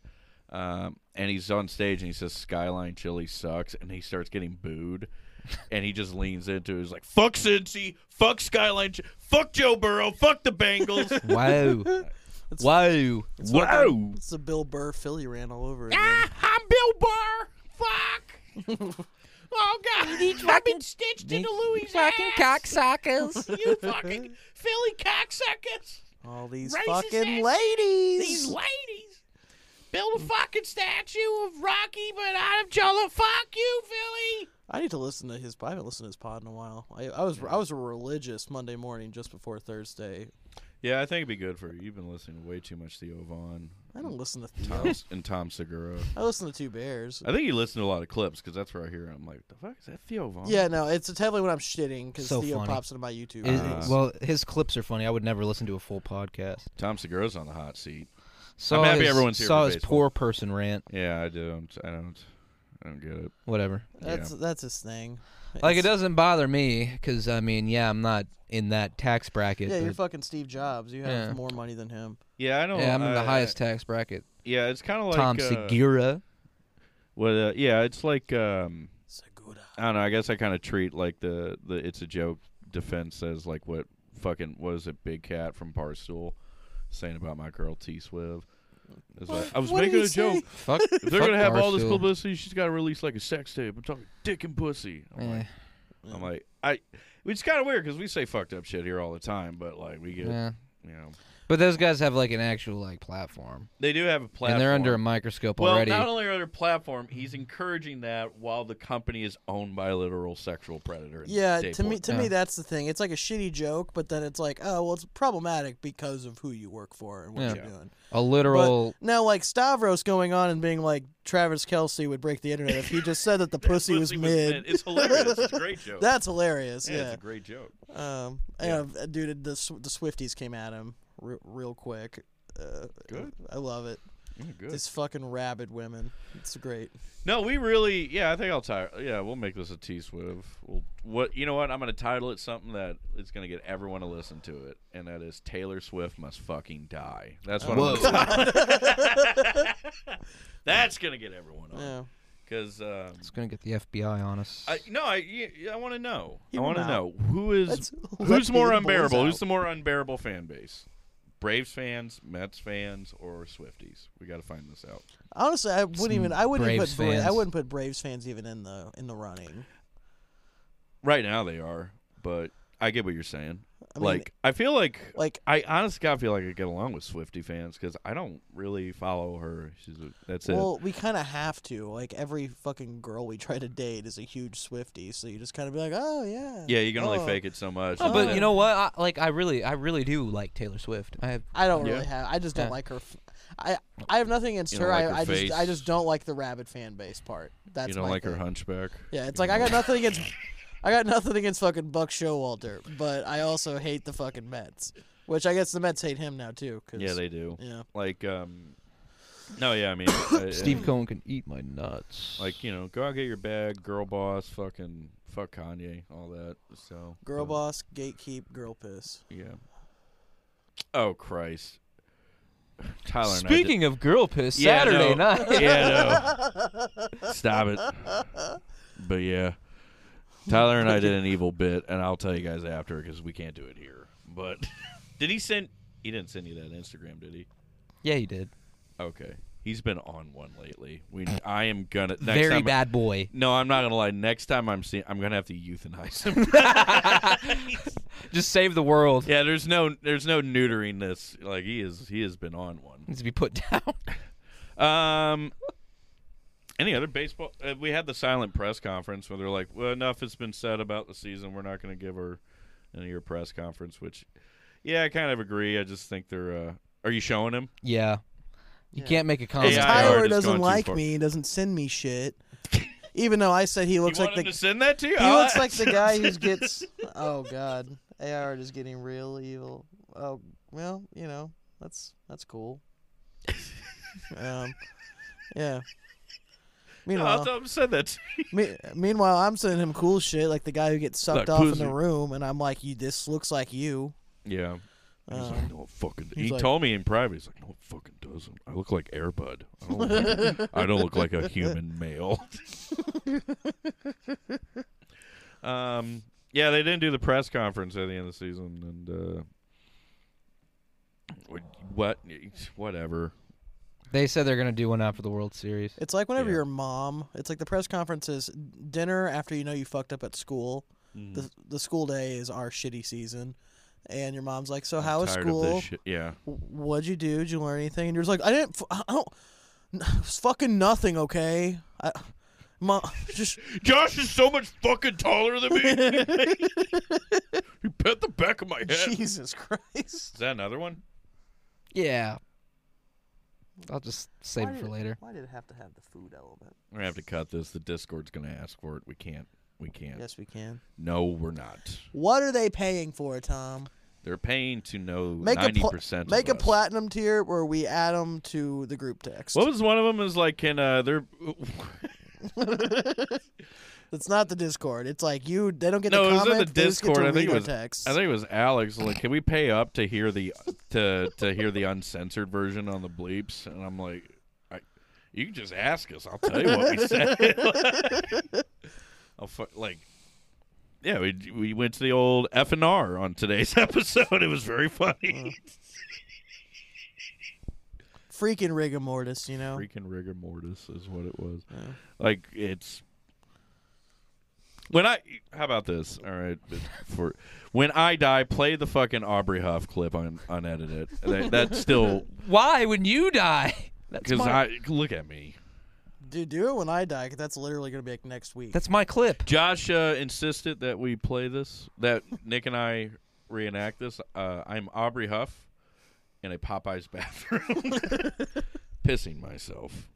Speaker 1: Um, and he's on stage and he says Skyline Chili sucks, and he starts getting booed, and he just leans into it. He's like, "Fuck Cincy, fuck Skyline, Ch- fuck Joe Burrow, fuck the Bengals."
Speaker 2: Wow. wow.
Speaker 6: Wow.
Speaker 3: It's the Bill Burr Philly ran all over again.
Speaker 6: I'm Bill Barr. Fuck. oh God. He's fucking stitched into Louis.
Speaker 7: Fucking cocksuckers.
Speaker 6: You fucking Philly cocksuckers.
Speaker 3: all these
Speaker 6: Racist
Speaker 3: fucking
Speaker 6: ass-
Speaker 3: ladies.
Speaker 6: These ladies. Build a fucking statue of Rocky, but out of Jolo. Fuck you, Philly.
Speaker 3: I need to listen to his. I haven't listened to his pod in a while. I, I was I was religious Monday morning just before Thursday.
Speaker 1: yeah, I think it'd be good for you. You've been listening to way too much Theo Vaughn,
Speaker 3: I don't listen to Theo.
Speaker 1: Tom, and Tom Segura.
Speaker 3: I listen to Two Bears.
Speaker 1: I think you listen to a lot of clips because that's where I hear. It. I'm like, the fuck is that Theo
Speaker 6: Oh.
Speaker 1: Vaughn?
Speaker 3: Yeah, no, it's definitely when I'm shitting because
Speaker 2: So
Speaker 3: Theo
Speaker 2: funny.
Speaker 3: pops into my YouTube.
Speaker 2: Is-
Speaker 3: videos.
Speaker 2: well, his clips are funny. I would never listen to a full podcast.
Speaker 1: Tom Segura's on the hot seat.
Speaker 2: Saw
Speaker 1: happy
Speaker 2: his,
Speaker 1: everyone's here
Speaker 2: Saw
Speaker 1: for
Speaker 2: his
Speaker 1: baseball.
Speaker 2: poor person rant.
Speaker 1: Yeah, I don't. I don't. I don't get it.
Speaker 2: Whatever.
Speaker 3: that's that's his thing.
Speaker 2: Like it
Speaker 3: It's-
Speaker 2: doesn't bother me because I mean, yeah, I'm not in that tax bracket.
Speaker 3: Yeah, you're
Speaker 2: but-
Speaker 3: fucking Steve Jobs. You have
Speaker 2: Yeah.
Speaker 3: more money than him.
Speaker 1: Yeah, I don't.
Speaker 2: yeah, I'm in the
Speaker 1: I-
Speaker 2: highest tax bracket.
Speaker 1: yeah, it's kind of Uh, like
Speaker 2: Tom
Speaker 1: uh,
Speaker 2: Segura.
Speaker 1: What? Uh, yeah, it's like um,
Speaker 3: Segura.
Speaker 1: I don't know. I guess I kind of treat like the the it's a joke defense as like what fucking what is it? Big Cat from Barstool saying about my girl T Swiv. It's like, I was
Speaker 3: What did
Speaker 1: making
Speaker 3: he
Speaker 1: a joke.
Speaker 2: Fuck.
Speaker 1: They're gonna have all this publicity. She's got to release like a sex tape. I'm talking dick and pussy. I'm
Speaker 2: Eh.
Speaker 1: like, I'm like, I. Which is kind of weird because we say fucked up shit here all the time, but like we get,
Speaker 2: yeah.
Speaker 1: you know,
Speaker 2: But those guys have like an actual like platform,
Speaker 1: they do have a platform,
Speaker 2: and they're under a microscope
Speaker 1: Well,
Speaker 2: already.
Speaker 1: not only are they a platform, he's encouraging that while the company is owned by a literal sexual predator. and
Speaker 3: Yeah,
Speaker 1: day
Speaker 3: to me,
Speaker 1: porn.
Speaker 3: to
Speaker 2: Yeah.
Speaker 3: me, that's the thing. It's like a shitty joke, but then it's like, oh, well, it's problematic because of who you work for and what
Speaker 2: Yeah.
Speaker 3: you're doing.
Speaker 2: a
Speaker 3: But
Speaker 2: literal.
Speaker 3: now, like Stavros going on and being like, Travis Kelsey would break the internet if he just said that the pussy, was, mid.
Speaker 1: It's hilarious. It's a great joke.
Speaker 3: That's hilarious.
Speaker 1: yeah, it's
Speaker 3: Yeah.
Speaker 1: a great joke.
Speaker 3: um, yeah, dude, the Sw- the Swifties came at him re- real quick. Uh,
Speaker 1: Good.
Speaker 3: I love it.
Speaker 1: Yeah, Mm, good.
Speaker 3: These fucking rabid women. It's great.
Speaker 1: No, we really. Yeah, I think I'll tire. Yeah, we'll make this a T Swiv. We'll what you know what I'm going to title it something that it's going to get everyone to listen to it, and that is Taylor Swift must fucking die. That's what. I'm gonna title it. That's going to get everyone on
Speaker 3: Yeah.
Speaker 1: because. Um,
Speaker 2: It's gonna get the FBI on us.
Speaker 1: I, no, I, y- I want to know. I
Speaker 3: will
Speaker 1: want to
Speaker 3: not.
Speaker 1: know who is
Speaker 3: Let's let
Speaker 1: who's more
Speaker 3: these boys
Speaker 1: unbearable. Who's
Speaker 3: out.
Speaker 1: the more unbearable fan base? Braves fans, Mets fans, or Swifties? We got to find this out.
Speaker 3: Honestly, I wouldn't even. I wouldn't
Speaker 2: Braves
Speaker 3: put. Bra- I
Speaker 2: fans.
Speaker 3: wouldn't put Braves fans even in the in the running.
Speaker 1: Right now they are, but I get what you're saying.
Speaker 3: mean-
Speaker 1: like I feel like
Speaker 3: Like
Speaker 1: I honestly gotta feel like I get along with Swifty fans because I don't really follow her. She's a, that's
Speaker 3: Well, we kind of have to. Like every fucking girl we try to date is a huge Swifty, so you just kind of be like, oh yeah.
Speaker 1: it. Yeah, you can only
Speaker 3: oh.
Speaker 1: fake it so much.
Speaker 2: Oh,
Speaker 1: and
Speaker 2: but
Speaker 1: then-
Speaker 2: you know what? I, like I really, I really do like Taylor Swift. I have
Speaker 3: I don't
Speaker 1: Yeah.
Speaker 3: really have. I just don't
Speaker 2: Yeah.
Speaker 3: like her. F- I I have nothing against
Speaker 1: You
Speaker 3: her.
Speaker 1: don't like
Speaker 3: I,
Speaker 1: her
Speaker 3: I
Speaker 1: face.
Speaker 3: just I just don't like the rabid fan base part. That's
Speaker 1: you don't
Speaker 3: my
Speaker 1: like her
Speaker 3: thing.
Speaker 1: hunchback.
Speaker 3: Yeah, it's like I got nothing against. I got nothing against fucking Buck Showalter, but I also hate the fucking Mets, which I guess the Mets hate him now too. 'cause-
Speaker 1: Yeah, they do.
Speaker 3: Yeah.
Speaker 1: Like um, no, yeah, I mean I- I-
Speaker 2: Steve Cohen can eat my nuts.
Speaker 1: Like you know, go out get your bag, girl boss, fucking fuck Kanye, all that. So
Speaker 3: Girl
Speaker 1: but,
Speaker 3: boss, gatekeep, girl piss.
Speaker 1: Yeah. Oh Christ. Tyler. and I did-
Speaker 2: Speaking of girl piss,
Speaker 1: Yeah,
Speaker 2: Saturday
Speaker 1: no.
Speaker 2: night.
Speaker 1: yeah, no. Stop it. But yeah, Tyler and I did an evil bit, and I'll tell you guys after because we can't do it here. But did he send? He didn't send you that Instagram, did he?
Speaker 2: yeah, you did.
Speaker 1: Okay, he's been on one lately. We, I am gonna next
Speaker 2: Very
Speaker 1: time-
Speaker 2: bad boy.
Speaker 1: No, I'm not gonna lie. Next time I'm seeing, I'm gonna have to euthanize him.
Speaker 2: Just save the world.
Speaker 1: yeah, there's no, there's no neutering this. Like he is, he has been on one.
Speaker 2: Needs to be put down.
Speaker 1: Um, any other baseball? Uh, we had the silent press conference where they're like, "Well, enough has been said about the season. We're not going to give her an year press conference." Which, yeah, I kind of agree. I just think they're. Uh, are you showing him?
Speaker 2: Yeah. You can't make a comment.
Speaker 3: Because
Speaker 1: Yeah, I
Speaker 3: Tyler
Speaker 1: already just
Speaker 3: doesn't
Speaker 1: gone too
Speaker 3: like
Speaker 1: far.
Speaker 3: me, doesn't send me shit. Even though I said he looks
Speaker 1: you want
Speaker 3: like the
Speaker 1: him to send that to you?
Speaker 3: he
Speaker 1: I'll
Speaker 3: looks like
Speaker 1: ask
Speaker 3: the
Speaker 1: him.
Speaker 3: guy who gets. Oh God, AR is getting real evil. Oh well, you know that's that's cool. Um, yeah.
Speaker 1: No, I'll
Speaker 3: Meanwhile,
Speaker 1: tell him to send that. To you.
Speaker 3: me, meanwhile, I'm sending him cool shit like the guy who gets
Speaker 1: Like
Speaker 3: sucked off in
Speaker 1: pussy.
Speaker 3: the room, and I'm like, "You, this looks like you."
Speaker 1: Yeah.
Speaker 8: He's
Speaker 3: Um,
Speaker 8: like, no, it fucking.
Speaker 3: he's
Speaker 8: He
Speaker 3: like-
Speaker 8: told me in private. He's like, no, it fucking doesn't. I look like Airbud. I don't, look like- I don't look like a human male.
Speaker 1: Um. Yeah, they didn't do the press conference at the end of the season, and uh, what? Whatever.
Speaker 2: They said they're gonna do one after the World Series.
Speaker 3: It's like whenever
Speaker 1: Yeah.
Speaker 3: your mom, it's like the press conference is dinner after you know you fucked up at school. The
Speaker 1: Mm-hmm.
Speaker 3: the school day is our shitty season. And your mom's like, "So how was
Speaker 1: Tired
Speaker 3: school?
Speaker 1: of this shit. Yeah.
Speaker 3: W- What'd you do? Did you learn anything?" And you're just like, "I didn't f- I don't n- it was fucking nothing, okay?" I mom just
Speaker 8: Josh is so much fucking taller than me. he pet the back of my head.
Speaker 3: Jesus Christ.
Speaker 1: Is that another one?
Speaker 2: Yeah. I'll just save it for later.
Speaker 3: Why did it have to have the food element?
Speaker 1: We're gonna have to cut this. The Discord's gonna ask for it. We can't. We can't.
Speaker 3: Yes, we can.
Speaker 1: No, we're not.
Speaker 3: What are they paying for, Tom?
Speaker 1: They're paying to know
Speaker 3: Make a
Speaker 1: ninety
Speaker 3: pl-
Speaker 1: percent.
Speaker 3: make a
Speaker 1: of us.
Speaker 3: platinum tier where we add them to the group text.
Speaker 1: What was one of them? Is like can uh they're
Speaker 3: It's not the Discord. It's like you. They don't get
Speaker 1: no
Speaker 3: to
Speaker 1: it was
Speaker 3: comment.
Speaker 1: in the
Speaker 3: they just get to
Speaker 1: Discord. I think
Speaker 3: read
Speaker 1: it
Speaker 3: our
Speaker 1: was
Speaker 3: Text.
Speaker 1: I think it was Alex. Like, can we pay up to hear the to to hear the uncensored version on the bleeps? And I'm like, I, you can just ask us. I'll tell you what we said. I'll fu- like. Yeah, we we went to the old F and R on today's episode. It was very funny.
Speaker 3: freaking rigor mortis, you know.
Speaker 1: Freaking rigor mortis is what it was. Like it's when I how about this? All right, for when I die, play the fucking Aubrey Huff clip on unedited. That, that's still
Speaker 2: Why when you die? That's
Speaker 1: because
Speaker 2: my,
Speaker 1: I look at me.
Speaker 3: Dude, do it when I die, 'cause that's literally gonna be like next week.
Speaker 2: that's my clip.
Speaker 1: Josh uh, insisted that we play this. That Nick and I reenact this. Uh, I'm Aubrey Huff in a Popeyes bathroom, pissing myself.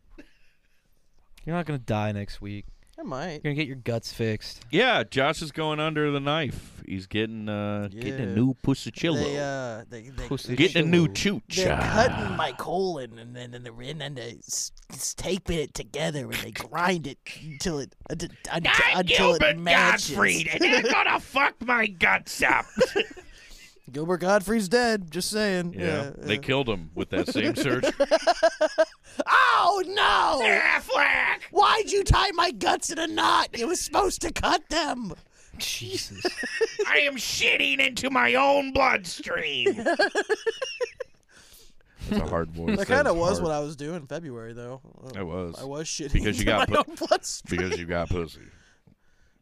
Speaker 2: You're not gonna die next week.
Speaker 3: I might.
Speaker 2: You're gonna get your guts fixed.
Speaker 1: Yeah, Josh is going under the knife. He's getting uh, getting a
Speaker 3: Yeah.
Speaker 1: new pusicillo.
Speaker 3: They uh, they they
Speaker 1: getting a new chooch. uh,
Speaker 3: they're cutting my colon and then and, then- and then they s- s- taping it together and they grind it until it until, until it matches.
Speaker 9: they're gonna fuck my guts up.
Speaker 3: Gilbert Godfrey's dead. Just saying.
Speaker 1: Yeah, they
Speaker 3: uh,
Speaker 1: killed him with that same surgery.
Speaker 3: Oh no! Why'd you tie my guts in a knot? It was supposed to cut them.
Speaker 2: Jesus.
Speaker 9: I am shitting into my own bloodstream.
Speaker 1: That's a hard voice.
Speaker 3: That kind of was what I was doing in February, though. Uh,
Speaker 1: I was.
Speaker 3: I was shitting
Speaker 1: Because you
Speaker 3: into
Speaker 1: got
Speaker 3: my
Speaker 1: put-
Speaker 3: own bloodstream.
Speaker 1: because you got pussy.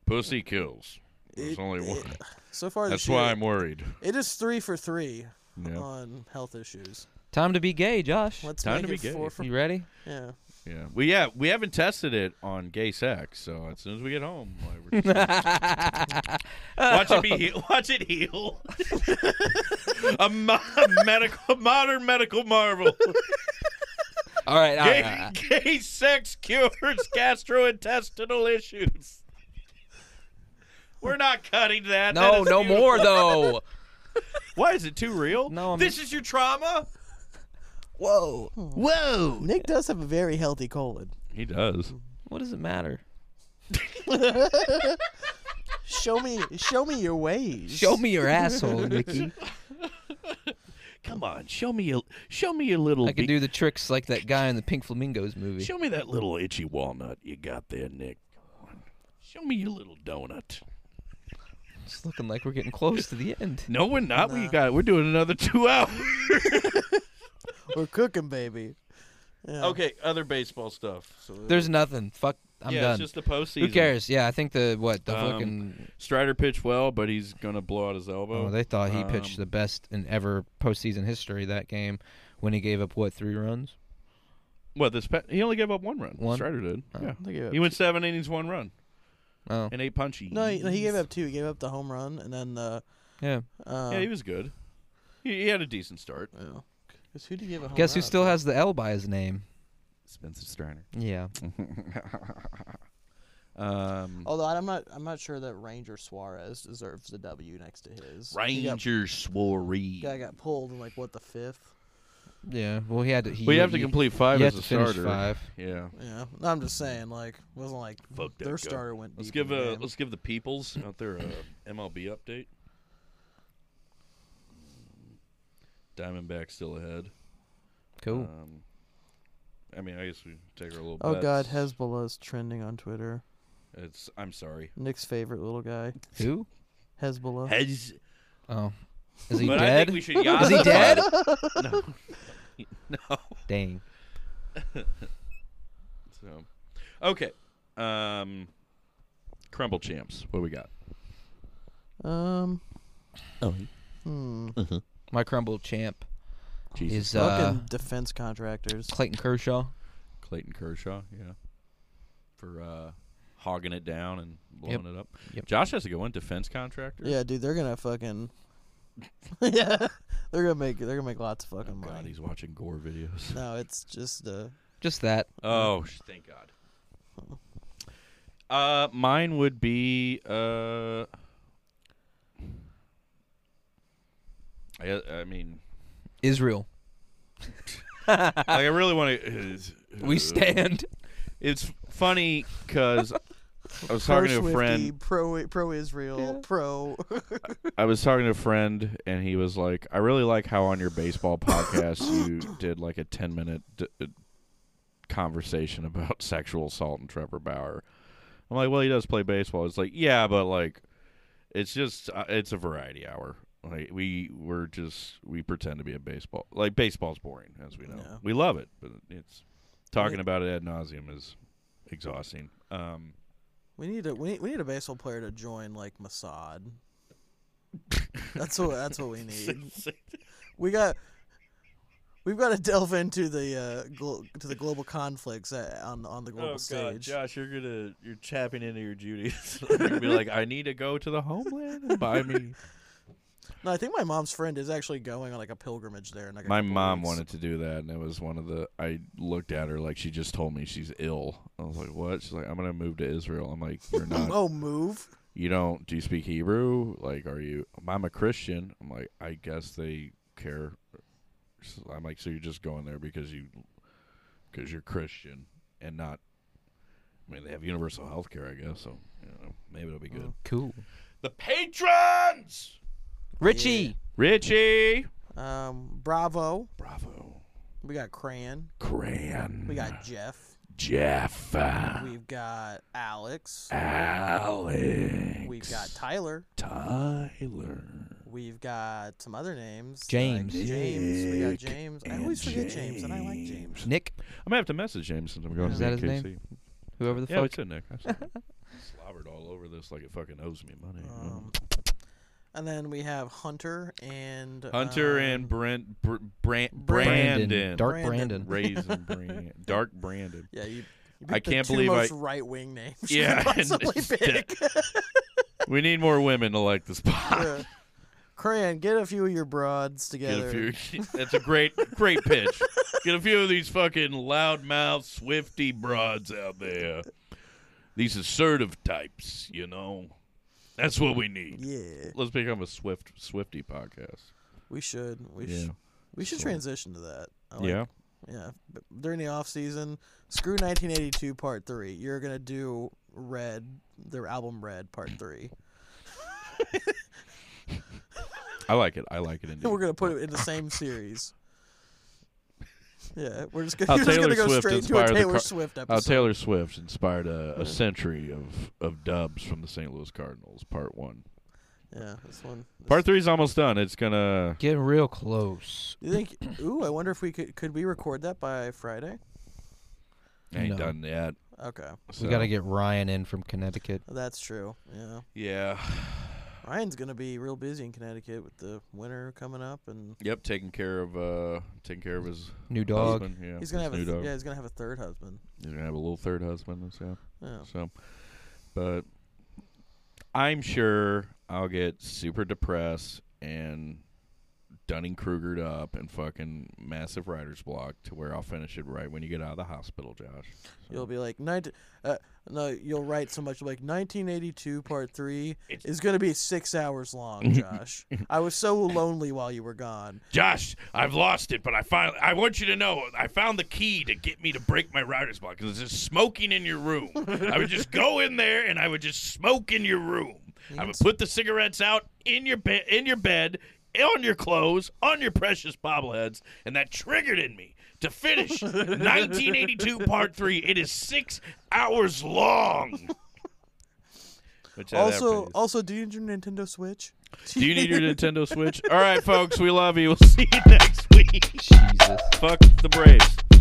Speaker 1: Pussy kills. There's
Speaker 3: It-
Speaker 1: only one.
Speaker 3: it- So far
Speaker 1: That's
Speaker 3: this
Speaker 1: why
Speaker 3: year,
Speaker 1: I'm worried.
Speaker 3: it is three for three
Speaker 1: Yeah.
Speaker 3: on health issues.
Speaker 2: Time to be gay, Josh.
Speaker 3: Let's
Speaker 1: Time
Speaker 3: make
Speaker 1: to
Speaker 3: it
Speaker 1: be gay.
Speaker 3: four for
Speaker 2: You ready?
Speaker 3: yeah.
Speaker 1: Yeah. Well, yeah, we haven't tested it on gay sex, so as soon as we get home, like, we're just gonna- watch it be heal- watch it heal. a, mo- a medical modern medical marvel.
Speaker 2: All right. All right, all
Speaker 1: Gay,
Speaker 2: right.
Speaker 1: gay sex cures gastrointestinal issues. We're not cutting that. That
Speaker 2: No,
Speaker 1: is
Speaker 2: no
Speaker 1: beautiful.
Speaker 2: more though.
Speaker 1: Why is it too real?
Speaker 2: No, I'm-
Speaker 1: this is your trauma.
Speaker 3: Whoa!
Speaker 9: Whoa!
Speaker 3: Nick does have a very healthy colon.
Speaker 1: He does.
Speaker 2: What does it matter?
Speaker 3: Show me, show me your ways.
Speaker 2: Show me your asshole, Nikki.
Speaker 9: Come on, show me a show me a little.
Speaker 2: I can
Speaker 9: bit-
Speaker 2: do the tricks like that guy in the Pink Flamingos movie.
Speaker 9: Show me that little itchy walnut you got there, Nick. Come on. Show me your little donut.
Speaker 2: It's looking like we're getting close to the end.
Speaker 1: No, we're not. We got. We're doing another two hours.
Speaker 3: We're cooking, baby.
Speaker 1: okay, other baseball stuff. So
Speaker 2: There's nothing. Fuck. I'm
Speaker 1: yeah,
Speaker 2: done.
Speaker 1: it's just the postseason.
Speaker 2: Who cares? Yeah, I think the what the
Speaker 1: Um,
Speaker 2: fucking.
Speaker 1: Strider pitched well, but he's gonna blow out his elbow.
Speaker 2: Oh, they thought he pitched
Speaker 1: um,
Speaker 2: the best in ever postseason history that game when he gave up what three runs?
Speaker 1: What this? Pe- he only gave up one run.
Speaker 2: One?
Speaker 1: Strider did.
Speaker 3: They
Speaker 1: yeah.
Speaker 3: gave
Speaker 1: He went seven innings, one run,
Speaker 2: Oh,
Speaker 1: and eight punchies.
Speaker 3: No, he, no, he gave up two. He gave up the home run and then the.
Speaker 2: yeah.
Speaker 3: Uh,
Speaker 1: Yeah, he was good. He, he had a decent start.
Speaker 3: yeah. oh. 'Cause who did he give a home
Speaker 2: Guess who
Speaker 3: run
Speaker 2: still
Speaker 3: to?
Speaker 2: has the L by his name?
Speaker 1: Spencer Strider.
Speaker 2: Yeah.
Speaker 1: Um,
Speaker 3: Although I'm not, I'm not sure that Ranger Suarez deserves the W next to his. He got-
Speaker 1: Ranger Swaree.
Speaker 3: guy got pulled in like what the fifth.
Speaker 2: Yeah. Well, he had to. He,
Speaker 1: Well, you have to
Speaker 2: he-
Speaker 1: complete five
Speaker 2: you
Speaker 1: as
Speaker 2: have
Speaker 1: a
Speaker 2: to finish
Speaker 1: starter.
Speaker 2: five.
Speaker 1: Yeah.
Speaker 3: Yeah, no, I'm just saying, like, wasn't like
Speaker 9: Fuck that
Speaker 3: their
Speaker 9: guy.
Speaker 3: starter went.
Speaker 1: Let's
Speaker 3: deep in
Speaker 1: give
Speaker 3: the
Speaker 1: uh,
Speaker 3: game.
Speaker 1: let's give the peoples out there a MLB update. Diamondback still ahead.
Speaker 2: Cool.
Speaker 1: Um, I mean, I guess we take our little.
Speaker 3: Oh God,
Speaker 1: bets.
Speaker 3: Hezbollah's trending on Twitter.
Speaker 1: it's. I'm sorry.
Speaker 3: Nick's favorite little guy,
Speaker 2: Who?
Speaker 3: Hezbollah.
Speaker 9: Has
Speaker 2: Oh, is he
Speaker 1: but I
Speaker 2: dead?
Speaker 1: think we should. Yacht
Speaker 2: Is he dead?
Speaker 1: no.
Speaker 2: Dang.
Speaker 1: So, okay. Um, crumble champs. What we got?
Speaker 3: um,
Speaker 2: Oh, My crumble champ
Speaker 9: Jesus.
Speaker 2: is uh,
Speaker 3: fucking defense contractors.
Speaker 2: Clayton Kershaw.
Speaker 1: Clayton Kershaw. Yeah. For uh, hogging it down and blowing it up.
Speaker 2: Yep.
Speaker 1: Josh has to go in defense contractor.
Speaker 3: Yeah, dude, they're gonna fucking. yeah, they're gonna make they're gonna make lots of fucking
Speaker 1: Oh, God,
Speaker 3: money.
Speaker 1: he's watching gore videos.
Speaker 3: No, it's just uh,
Speaker 2: Just that.
Speaker 1: Oh, sh- thank God. Uh, mine would be uh. I I mean,
Speaker 2: Israel.
Speaker 1: like I really want to. Uh.
Speaker 2: We stand.
Speaker 1: It's funny because I was talking to a friend.
Speaker 3: pro pro Israel, pro.
Speaker 1: I was talking to a friend, and he was like, "I really like how on your baseball podcast you did like a ten minute d- uh, conversation about sexual assault and Trevor Bauer." I'm like, "Well, he does play baseball." It's like, "Yeah, but like, it's just uh, it's a variety hour. Like we we're just we pretend to be a baseball. Like baseball's boring, as we know. We love it, but it's talking about it ad nauseum is exhausting. Um,
Speaker 3: We need a we need, we need a baseball player to join like Mossad. that's what that's what we need. We got we've got to delve into the uh, glo- to the global conflicts uh, on on the
Speaker 1: Oh,
Speaker 3: global stage.
Speaker 1: Josh, you're gonna you're tapping into your Judy's. you're gonna be like, I need to go to the homeland and buy me.
Speaker 3: No, I think my mom's friend is actually going on like a pilgrimage there. In, like, a
Speaker 1: My
Speaker 3: couple
Speaker 1: mom
Speaker 3: weeks.
Speaker 1: wanted to do that, and it was one of the. I looked at her like she just told me she's ill. I was like, "What?" She's like, "I'm gonna move to Israel." I'm like, "You're not.
Speaker 3: Oh, move!
Speaker 1: You don't. Do you speak Hebrew? Like, are you? I'm a Christian. I'm like, I guess they care. So I'm like, so you're just going there because you, because you're Christian and not. I mean, they have universal health care, I guess. So you know, maybe it'll be good.
Speaker 2: Cool.
Speaker 1: The patrons,
Speaker 2: Richie.
Speaker 1: Richie.
Speaker 3: Um, Bravo.
Speaker 1: Bravo.
Speaker 3: We got Cran.
Speaker 10: Cran.
Speaker 3: We got Jeff.
Speaker 10: Jeff. uh,
Speaker 3: We've got Alex.
Speaker 10: Alex.
Speaker 3: We've got Tyler.
Speaker 10: Tyler.
Speaker 3: We've got some other names. like
Speaker 2: James.
Speaker 3: James. We got
Speaker 10: Nick
Speaker 3: James. I
Speaker 10: and
Speaker 3: always forget James, and I like James.
Speaker 2: Nick.
Speaker 1: I'm gonna have to message James since I'm going
Speaker 2: Is
Speaker 1: to
Speaker 2: that his
Speaker 1: VKC.
Speaker 2: name? Whoever the
Speaker 1: Yeah,
Speaker 2: fuck.
Speaker 1: it's in Nick. I saw it. slobbered all over this like it fucking owes me money.
Speaker 3: Um, and then we have Hunter and
Speaker 1: Hunter
Speaker 3: um,
Speaker 1: and Brent, Br- Brand,
Speaker 2: Brandon.
Speaker 1: Brandon,
Speaker 2: Dark
Speaker 3: Brandon.
Speaker 2: Brandon.
Speaker 1: Raisin Brand, Dark Brandon.
Speaker 3: Yeah, you. you
Speaker 1: I
Speaker 3: picked the
Speaker 1: can't
Speaker 3: two
Speaker 1: believe I-
Speaker 3: most right wing names. you could
Speaker 1: Yeah, and
Speaker 3: possibly
Speaker 1: it's
Speaker 3: pick.
Speaker 1: We need more women to like this pod.
Speaker 3: Yeah. Cran, get a few of your broads
Speaker 1: Get
Speaker 3: together.
Speaker 1: a few. That's a great, great pitch. Get a few of these fucking loudmouth, swifty broads out there. These assertive types, you know. That's what we need.
Speaker 3: Yeah,
Speaker 1: Let's become a swift, swifty podcast.
Speaker 3: we should. We
Speaker 1: Yeah.
Speaker 3: should. We should
Speaker 1: So-
Speaker 3: transition to that. I like
Speaker 1: yeah.
Speaker 3: Yeah, b- during the off season, screw 1982 Part Three. You're gonna do Red, their album Red Part Three,
Speaker 1: I like it. I like it. Indeed.
Speaker 3: and we're gonna put it in the same series. Yeah, we're just gonna,
Speaker 1: How
Speaker 3: you're just
Speaker 1: Taylor
Speaker 3: gonna go
Speaker 1: Swift
Speaker 3: straight to a
Speaker 1: inspired the
Speaker 3: Taylor
Speaker 1: car-
Speaker 3: Swift
Speaker 1: How
Speaker 3: episode.
Speaker 1: Uh, Taylor Swift inspired a, a century of, of dubs from the St. Louis Cardinals, part one.
Speaker 3: yeah, this one. this-
Speaker 1: Part three is almost done. It's gonna.
Speaker 2: Getting real close.
Speaker 3: You think? Ooh, I wonder if we could could we record that by Friday?
Speaker 1: Ain't
Speaker 2: No.
Speaker 1: done yet.
Speaker 3: Okay,
Speaker 2: We
Speaker 1: so-
Speaker 2: gotta get Ryan in from Connecticut.
Speaker 3: that's true. Yeah,
Speaker 1: Yeah.
Speaker 3: Ryan's gonna be real busy in Connecticut with the winter coming up, and
Speaker 1: Yep. Taking care of uh, taking care of his
Speaker 2: New dog.
Speaker 1: husband. Yeah.
Speaker 3: he's gonna
Speaker 1: his
Speaker 3: have a
Speaker 1: new
Speaker 3: th-
Speaker 1: dog.
Speaker 3: yeah, he's gonna have a third husband.
Speaker 1: He's gonna have a little third husband. and stuff.
Speaker 3: Yeah.
Speaker 1: So, but I'm sure I'll get super depressed and Dunning Krugered up and fucking massive writer's block to where I'll finish it right when you get out of the hospital, Josh.
Speaker 3: You'll be like nineteen. Uh, no, you'll write so much like 1982 part three is going to be six hours long. Josh, I was so lonely while you were gone.
Speaker 10: Josh, I've lost it, but I finally I want you to know I found the key to get me to break my writer's block because it's just smoking in your room. I would just go in there and I would just smoke in your room. I would put the cigarettes out in your bed in your bed, on your clothes, on your precious bobbleheads, and that triggered in me to finish 1982 part 3. It is 6 hours long. uh,
Speaker 1: Which that
Speaker 3: Also,
Speaker 1: happens.
Speaker 3: also, do you need your Nintendo Switch?
Speaker 1: Do you need your Nintendo Switch? All right, folks, we love you. We'll see you next week.
Speaker 2: Jesus.
Speaker 1: Fuck the Braves.